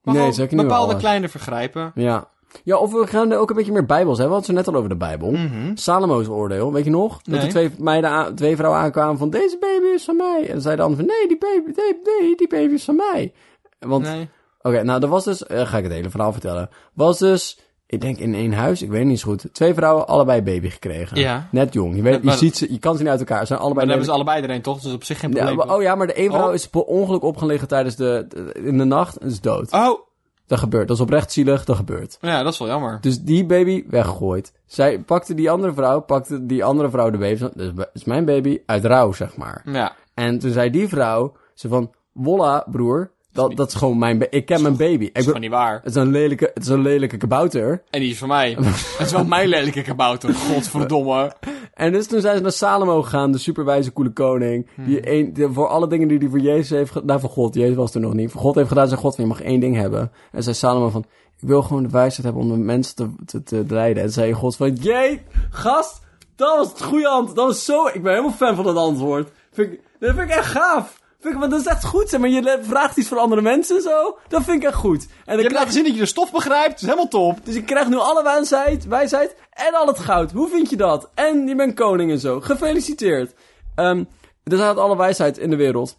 Speaker 1: Maar
Speaker 2: Nee,
Speaker 1: gewoon
Speaker 2: zeker niet bij
Speaker 1: bepaalde
Speaker 2: alles.
Speaker 1: kleine vergrijpen.
Speaker 2: Ja. Ja, of we gaan er ook een beetje meer bijbels hebben. We hadden het zo net al over de bijbel. Salomo's oordeel, weet je nog? Dat
Speaker 1: Mhm. Nee.
Speaker 2: er twee, meiden aan- twee vrouwen aankwamen van... Deze baby is van mij. En zei dan van... Nee, die baby, nee, nee, die baby is van mij. Want
Speaker 1: Nee.
Speaker 2: Oké, nou, er was dus... eh, ga ik het hele verhaal vertellen. Was dus, ik denk in één huis, ik weet niet zo goed... Twee vrouwen, allebei baby gekregen.
Speaker 1: Ja.
Speaker 2: Net jong. Je, weet, je,
Speaker 1: Maar-
Speaker 2: ziet ze, je kan ze niet uit elkaar. Ze zijn
Speaker 1: Maar
Speaker 2: allebei...
Speaker 1: dan hebben
Speaker 2: baby-
Speaker 1: ze allebei er een, toch? Dus op zich geen
Speaker 2: ja,
Speaker 1: probleem.
Speaker 2: maar- oh ja, maar de één vrouw
Speaker 1: Oh.
Speaker 2: is per ongeluk opgelegen tijdens de, de- in de nacht en is dood.
Speaker 1: oh,
Speaker 2: Dat gebeurt. Dat is oprecht zielig, dat gebeurt.
Speaker 1: ja, dat is wel jammer.
Speaker 2: Dus die baby weggegooid. Zij pakte die andere vrouw, pakte die andere vrouw de baby. Dus dat is mijn baby uit rouw, zeg maar.
Speaker 1: Ja.
Speaker 2: En toen zei die vrouw, ze van, Wolla, broer, dat, dat is gewoon mijn baby. Ik ken mijn baby.
Speaker 1: Dat
Speaker 2: Ik
Speaker 1: is
Speaker 2: ben,
Speaker 1: gewoon niet waar.
Speaker 2: het is een lelijke, het is een lelijke kabouter.
Speaker 1: En die is van mij. Het is wel mijn lelijke kabouter. Godverdomme.
Speaker 2: En dus toen zijn ze naar Salomo gegaan, de superwijze coole koning. Die een, die voor alle dingen die hij voor Jezus heeft gedaan, nou voor God, Jezus was er nog niet. Voor God heeft gedaan, zei God van, je mag één ding hebben. En zei Salomo van, ik wil gewoon de wijsheid hebben om de mensen te, te, te leiden. En zei God van, jee, gast, dat was het goede antwoord. Dat was zo, ik ben helemaal fan van dat antwoord. Vind ik, dat vind ik echt gaaf. Vind ik, want dat is echt goed, zeg maar. Je le- vraagt iets voor andere mensen en zo. Dat vind ik echt goed. En
Speaker 1: Je
Speaker 2: dan
Speaker 1: hebt laten
Speaker 2: krijg,
Speaker 1: zien dat je de stof begrijpt. Dat is helemaal top.
Speaker 2: dus ik krijg nu alle wijsheid, wijsheid en al het goud. Hoe vind je dat? En je bent koning en zo. Gefeliciteerd. Ehm dus hij had alle wijsheid in de wereld.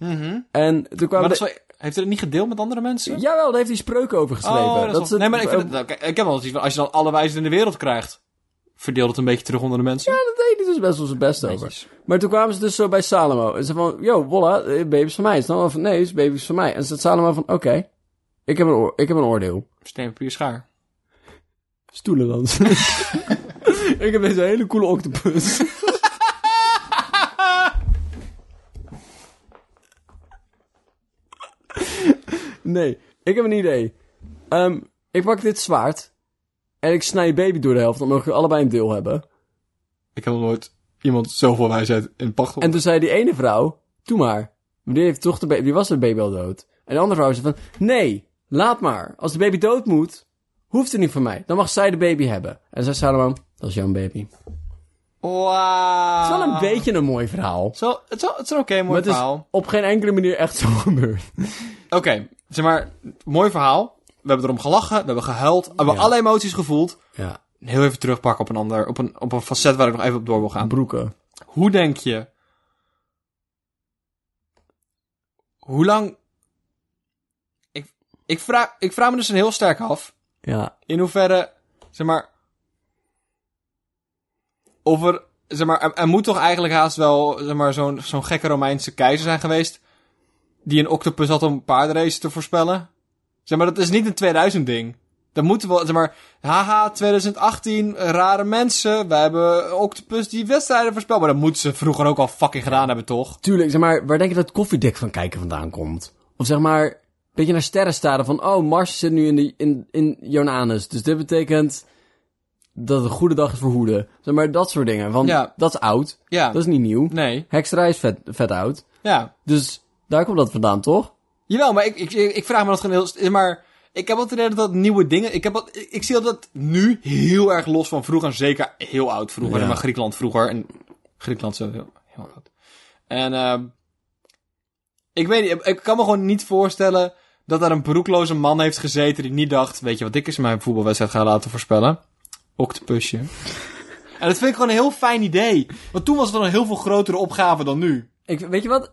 Speaker 2: En toen kwam
Speaker 1: Mhm. Maar dat is wel- heeft hij dat niet gedeeld met andere mensen?
Speaker 2: Jawel, daar heeft hij spreuken over geschreven.
Speaker 1: Oh, dat is wel-
Speaker 2: het-
Speaker 1: Nee, maar ik, vind
Speaker 2: eh,
Speaker 1: het, nou, kijk, ik heb wel eens iets van, als je dan alle wijzen in de wereld krijgt, verdeel het een beetje terug onder de mensen.
Speaker 2: ja, dat deed hij dus best wel zijn best over.
Speaker 1: Netjes.
Speaker 2: Maar toen kwamen ze dus zo bij Salomo. En ze van, yo, Wolla, eh, baby is van mij. Ze dan van, nee, is baby is van mij. En ze zei Salomo van, oké, ik, heb een oor- ik heb een oordeel.
Speaker 1: Steen, papier, schaar.
Speaker 2: Stoelenrans. ik heb deze hele coole octopus. nee, ik heb een idee. Ehm, ik pak dit zwaard. En ik snij je baby door de helft, omdat we allebei een deel hebben.
Speaker 1: Ik heb nog nooit iemand zoveel wijsheid in pacht
Speaker 2: En toen zei die ene vrouw, doe maar. Maar die, heeft toch de baby, die was de baby al dood. En de andere vrouw zei van, nee, laat maar. Als de baby dood moet, hoeft het niet van mij. Dan mag zij de baby hebben. En zei Salomon, dat is jouw baby.
Speaker 1: Wauw.
Speaker 2: Het is wel een beetje een mooi verhaal.
Speaker 1: Zo, het is wel- het is een oké mooi
Speaker 2: Maar het
Speaker 1: Ah. verhaal.
Speaker 2: is op geen enkele manier echt zo gebeurd.
Speaker 1: Oké, zeg maar, mooi verhaal. We hebben erom gelachen, we hebben gehuild, we hebben alle emoties gevoeld.
Speaker 2: Ja.
Speaker 1: Heel even terugpakken op een ander, op een, op een facet waar ik nog even op door wil gaan.
Speaker 2: Broeken.
Speaker 1: Hoe denk je? Hoe lang? Ik, ik, vraag, ik vraag me dus een heel sterk af.
Speaker 2: Ja.
Speaker 1: In hoeverre, zeg maar. Of er, zeg maar, er, er moet toch eigenlijk haast wel, zeg maar, zo'n zo'n gekke Romeinse keizer zijn geweest. Die een octopus had om paardenrace te voorspellen. Zeg maar, dat is niet een 2000 ding. Dat moeten wel, zeg maar, haha, 2018, rare mensen. We hebben een octopus die wedstrijden voorspelt. Maar dat moeten ze vroeger ook al fucking gedaan hebben, toch?
Speaker 2: Tuurlijk, zeg maar, waar denk je dat koffiedik van kijken vandaan komt? Of zeg maar, een beetje naar sterren staren van, oh, Mars zit nu in, de, in, in Jonanus. Dus dit betekent dat het een goede dag is voor hoeden. Zeg maar, dat soort dingen. Want
Speaker 1: Ja.
Speaker 2: dat is oud.
Speaker 1: Ja.
Speaker 2: Dat is niet nieuw.
Speaker 1: Nee.
Speaker 2: Hekserij is vet, vet oud.
Speaker 1: Ja.
Speaker 2: Dus daar komt dat vandaan, toch?
Speaker 1: Jawel, maar ik, ik, ik vraag me dat gewoon heel... eh, Maar ik heb altijd het idee dat dat nieuwe dingen... Ik, heb wat, ik, ik zie dat nu heel erg los van vroeger. En zeker heel oud vroeger.
Speaker 2: Ja.
Speaker 1: Maar Griekenland vroeger. En Griekenland is heel, heel oud. En ehm ik weet niet, ik kan me gewoon niet voorstellen dat daar een broekloze man heeft gezeten die niet dacht... Weet je wat ik eens mijn voetbalwedstrijd ga laten voorspellen? Octopusje. en dat vind ik gewoon een heel fijn idee. Want toen was het dan een heel veel grotere opgave dan nu.
Speaker 2: Ik, weet je wat?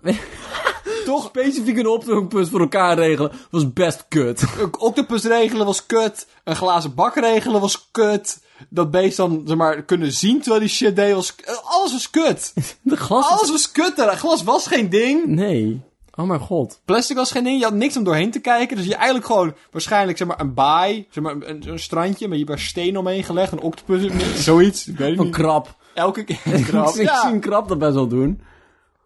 Speaker 1: Toch?
Speaker 2: Specifiek een opdrukpunt voor elkaar regelen was best kut.
Speaker 1: Een octopus regelen was kut. Een glazen bak regelen was kut. Dat beest dan, zeg maar, kunnen zien terwijl die shit deed was... eh, Alles was kut.
Speaker 2: De glas...
Speaker 1: Alles was kut. daar. Glas was geen ding.
Speaker 2: Nee. Oh mijn god.
Speaker 1: Plastic was geen ding, je had niks om doorheen te kijken. Dus je eigenlijk gewoon waarschijnlijk zeg maar, een baai, zeg maar, een, een strandje, maar je hebt er steen omheen gelegd, een octopus, zoiets. Ik weet het
Speaker 2: Van
Speaker 1: niet.
Speaker 2: krap.
Speaker 1: Elke keer Hm. een krab.
Speaker 2: ik zie
Speaker 1: Ja,
Speaker 2: een krap dat best wel doen.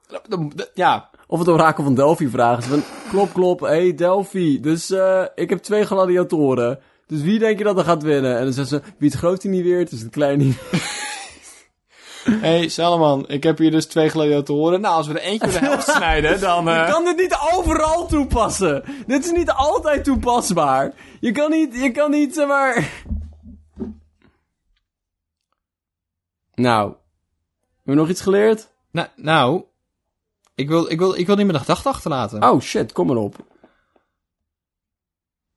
Speaker 1: dat- dat- dat- ja.
Speaker 2: Of het orakel van Delphi vragen. Ze van, klop, klop. Hé, hey, Delphi. Dus eh, ik heb twee gladiatoren. Dus wie denk je dat er gaat winnen? En dan zegt ze, wie het grote niet weer, het is het kleine niet.
Speaker 1: hey, Salomon, ik heb hier dus twee gladiatoren. Nou, als we er eentje door de helft snijden, dan... eh,
Speaker 2: Je kan dit niet overal toepassen. Dit is niet altijd toepasbaar. Je kan niet, je kan niet, zeg maar... Nou. Hebben we nog iets geleerd?
Speaker 1: Nou, nou, ik wil, ik, wil, ik wil niet mijn gedachten achterlaten.
Speaker 2: Oh shit, kom maar op.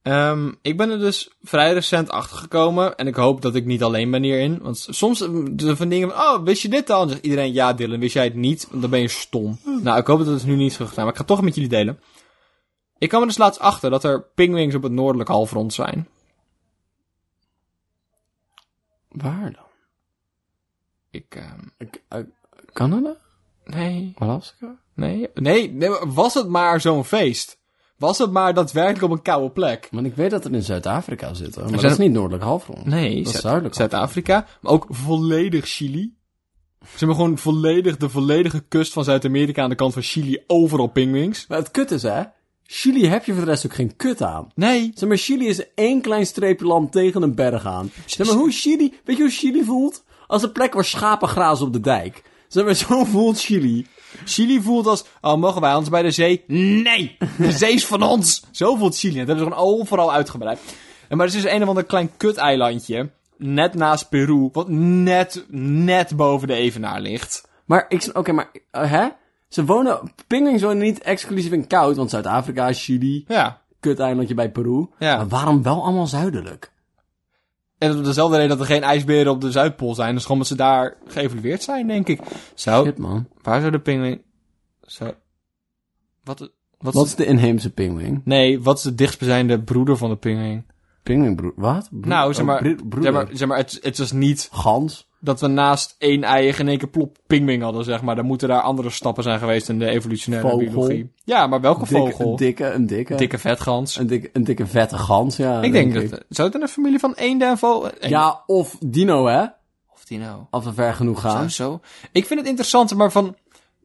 Speaker 1: Ehm, ik ben er dus vrij recent achter gekomen. En ik hoop dat ik niet alleen ben hierin. Want soms eh, de van dingen van, oh, wist je dit dan? Zegt iedereen, ja Dylan, wist jij het niet? Want dan ben je stom.
Speaker 2: Hmm.
Speaker 1: Nou, ik hoop dat het nu niet zo gedaan. Maar ik ga het toch met jullie delen. Ik kwam er dus laatst achter dat er pingwings op het noordelijk halfrond zijn.
Speaker 2: Waar dan?
Speaker 1: Ik, ehm,
Speaker 2: Ik- eh, Canada?
Speaker 1: nee,
Speaker 2: Alaska?
Speaker 1: nee, nee, nee, maar was het maar zo'n feest? Was het maar daadwerkelijk op een koude plek?
Speaker 2: Want ik weet dat er in Zuid-Afrika zitten. Maar
Speaker 1: Zijn
Speaker 2: dat is
Speaker 1: er-
Speaker 2: niet noordelijk halfrond.
Speaker 1: Nee,
Speaker 2: dat is
Speaker 1: Zuid-
Speaker 2: zuidelijk.
Speaker 1: Zuid-Afrika, maar ook volledig Chili. Ze hebben gewoon volledig de volledige kust van Zuid-Amerika aan de kant van Chili overal pingwings.
Speaker 2: Maar het kut is, hè? Chili heb je voor de rest ook geen kut aan.
Speaker 1: Nee.
Speaker 2: Zeg maar, Chili is één klein streepje land tegen een berg aan. Zeg maar, hoe Chili... Weet je hoe Chili voelt? Als een plek waar schapen grazen op de dijk. Zeg maar, zo voelt Chili.
Speaker 1: Chili voelt als, oh, mogen wij ons bij de zee? Nee! De zee is van ons! Zo voelt Chili. Dat hebben ze gewoon overal uitgebreid. En maar het is dus een of ander klein kut-eilandje, net naast Peru, wat net, net boven de evenaar ligt.
Speaker 2: Maar ik... sn- Oké, maar... eh, hè? Ze wonen... Pinguïns wonen niet exclusief in koud. Want Zuid-Afrika, Chili...
Speaker 1: Ja.
Speaker 2: Kut-eilandje bij Peru.
Speaker 1: Ja.
Speaker 2: Maar waarom wel allemaal zuidelijk?
Speaker 1: En om dezelfde reden dat er geen ijsberen op de Zuidpool zijn, dus gewoon omdat ze daar geëvalueerd zijn, denk ik. Zou,
Speaker 2: Shit, man.
Speaker 1: Waar zou de pinguïn... Zou... Wat, wat, is-
Speaker 2: Wat is de inheemse pinguïn?
Speaker 1: Nee, wat is de dichtstbijzijnde broeder van de pinguïn?
Speaker 2: Pinguïnbroer... Wat? Broer-
Speaker 1: Nou, zeg
Speaker 2: oh,
Speaker 1: maar,
Speaker 2: bri-
Speaker 1: zeg
Speaker 2: broeder.
Speaker 1: maar, zeg maar het, het was niet
Speaker 2: Gans.
Speaker 1: dat we naast één eier in één keer plop pinguïn hadden, zeg maar. Dan moeten daar andere stappen zijn geweest in de evolutionaire
Speaker 2: Vogel.
Speaker 1: biologie. Ja, maar welke
Speaker 2: Dik,
Speaker 1: vogel?
Speaker 2: een dikke, een dikke.
Speaker 1: Dikke vetgans.
Speaker 2: Een, dikke een dikke vette gans, ja.
Speaker 1: ik denk, dat... Zou het een familie van eenden en vogel...
Speaker 2: Ja, of dino, hè?
Speaker 1: Of die nou...
Speaker 2: Als we ver genoeg
Speaker 1: Zou
Speaker 2: gaan.
Speaker 1: zo? Ik vind het interessant, maar van...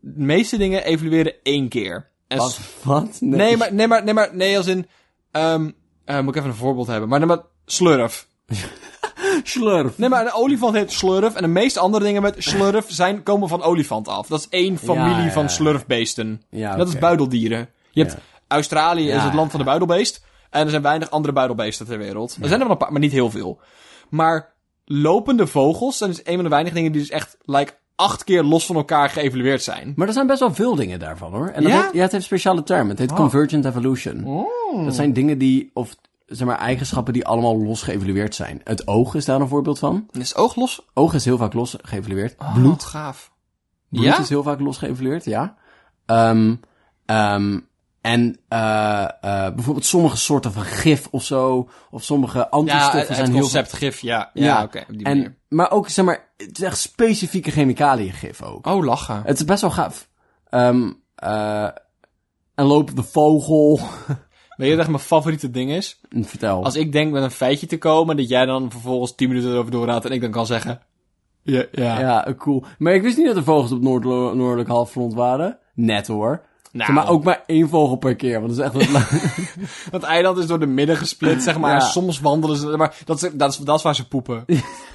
Speaker 1: De meeste dingen evolueren één keer. En
Speaker 2: Wat? Wat? Nee. dus-
Speaker 1: Nee, maar, nee, maar, nee, maar, nee, als in, ehm eh, moet ik even een voorbeeld hebben. Maar, nee, maar slurf.
Speaker 2: Slurf.
Speaker 1: Nee, maar een olifant heet slurf en de meeste andere dingen met slurf zijn, komen van olifant af. Dat is één familie
Speaker 2: Ja, ja, ja.
Speaker 1: van slurfbeesten.
Speaker 2: Ja,
Speaker 1: Dat
Speaker 2: oké.
Speaker 1: is buideldieren. Je hebt,
Speaker 2: Ja.
Speaker 1: Australië is
Speaker 2: Ja,
Speaker 1: het land van de buidelbeest en er zijn weinig andere buidelbeesten ter wereld. Er zijn er wel een paar, maar niet heel veel. Maar lopende vogels, dat is een van de weinige dingen die dus echt, like, acht keer los van elkaar geëvalueerd zijn.
Speaker 2: Maar er zijn best wel veel dingen daarvan, hoor. En dat
Speaker 1: Ja? Oh.
Speaker 2: heeft, ja, het heeft een speciale term. Het heet Convergent Evolution. Dat zijn dingen die, of zeg maar, eigenschappen die allemaal los geëvalueerd zijn. Het oog is daar een voorbeeld van.
Speaker 1: Is het oog los?
Speaker 2: Oog is heel vaak los Oh, geëvalueerd.
Speaker 1: Bloed. gaaf.
Speaker 2: Bloed
Speaker 1: Ja?
Speaker 2: is heel vaak los geëvalueerd, ja. Ehm, ehm, en eh, eh, bijvoorbeeld sommige soorten van gif of zo, of sommige
Speaker 1: Ja,
Speaker 2: antistoffen
Speaker 1: het, het
Speaker 2: zijn heel
Speaker 1: concept gif, ja. Ja,
Speaker 2: Ja,
Speaker 1: oké, op die
Speaker 2: En-
Speaker 1: manier.
Speaker 2: Maar ook, zeg maar, het is echt specifieke chemicaliëngif ook.
Speaker 1: Oh, lachen.
Speaker 2: Het is best wel gaaf. Ehm eh en lopende vogel.
Speaker 1: Weet je wat echt mijn favoriete ding is?
Speaker 2: Vertel.
Speaker 1: Als ik denk met een feitje te komen, dat jij dan vervolgens 10 minuten erover doorraadt en ik dan kan zeggen... Ja, ja.
Speaker 2: Ja, eh, cool. Maar ik wist niet dat er vogels op het Noordlo- noordelijk halfrond waren. Net hoor.
Speaker 1: Nou,
Speaker 2: Zeg maar ook maar één vogel per keer, want dat is echt... wat la-
Speaker 1: het eiland is door de midden gesplit, zeg maar.
Speaker 2: Ja.
Speaker 1: Soms wandelen ze... Maar dat is, dat is, dat is waar ze poepen.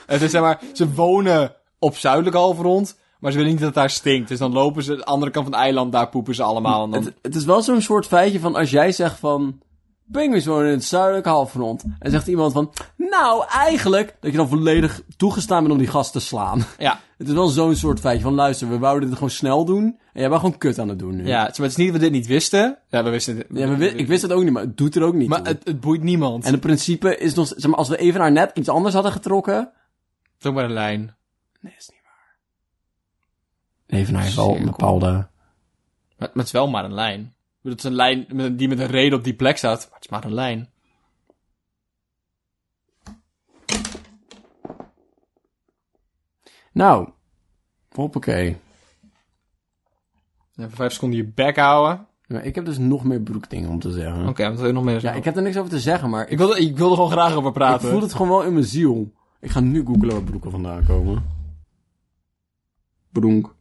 Speaker 1: het is, zeg maar, ze wonen op zuidelijk halfrond, maar ze willen niet dat het daar stinkt. Dus dan lopen ze de andere kant van het eiland, daar poepen ze allemaal. En dan...
Speaker 2: het, het is wel zo'n soort feitje van als jij zegt van... Pinguïns wonen in het zuidelijke halfrond. En zegt iemand van, nou eigenlijk, dat je dan volledig toegestaan bent om die gast te slaan.
Speaker 1: Ja,
Speaker 2: Het is wel zo'n soort feitje van, luister, we wouden dit gewoon snel doen. En jij bent gewoon kut aan het doen nu.
Speaker 1: ja het is- maar het is niet dat we dit niet wisten. Ja, we wisten het.
Speaker 2: Ja, maar wi- ik wist dat ook niet, maar het doet er ook niet
Speaker 1: Maar
Speaker 2: toe.
Speaker 1: het, het boeit niemand.
Speaker 2: En
Speaker 1: En...
Speaker 2: het principe is nog, zeg maar, als we even naar net iets anders hadden getrokken.
Speaker 1: Zo maar een lijn.
Speaker 2: Nee, is niet waar. Even naar heeft wel een
Speaker 1: Cirkel.
Speaker 2: bepaalde.
Speaker 1: Maar, maar het is wel maar een lijn. Ik bedoel, Het is een lijn met een- die met een reden op die plek staat. Maar het is maar een lijn.
Speaker 2: Nou, hoppakee.
Speaker 1: Even vijf seconden je bek houden.
Speaker 2: Maar ik heb dus nog meer broekdingen om te zeggen.
Speaker 1: Oké, wat wil je nog meer
Speaker 2: Ja,
Speaker 1: zeggen?
Speaker 2: ik heb er niks over te zeggen, maar
Speaker 1: ik,
Speaker 2: ik,
Speaker 1: wilde, ik wilde gewoon graag over
Speaker 2: ik
Speaker 1: praten.
Speaker 2: voel het gewoon wel in mijn ziel. Ik ga nu googlen waar broeken vandaan komen. Broenk.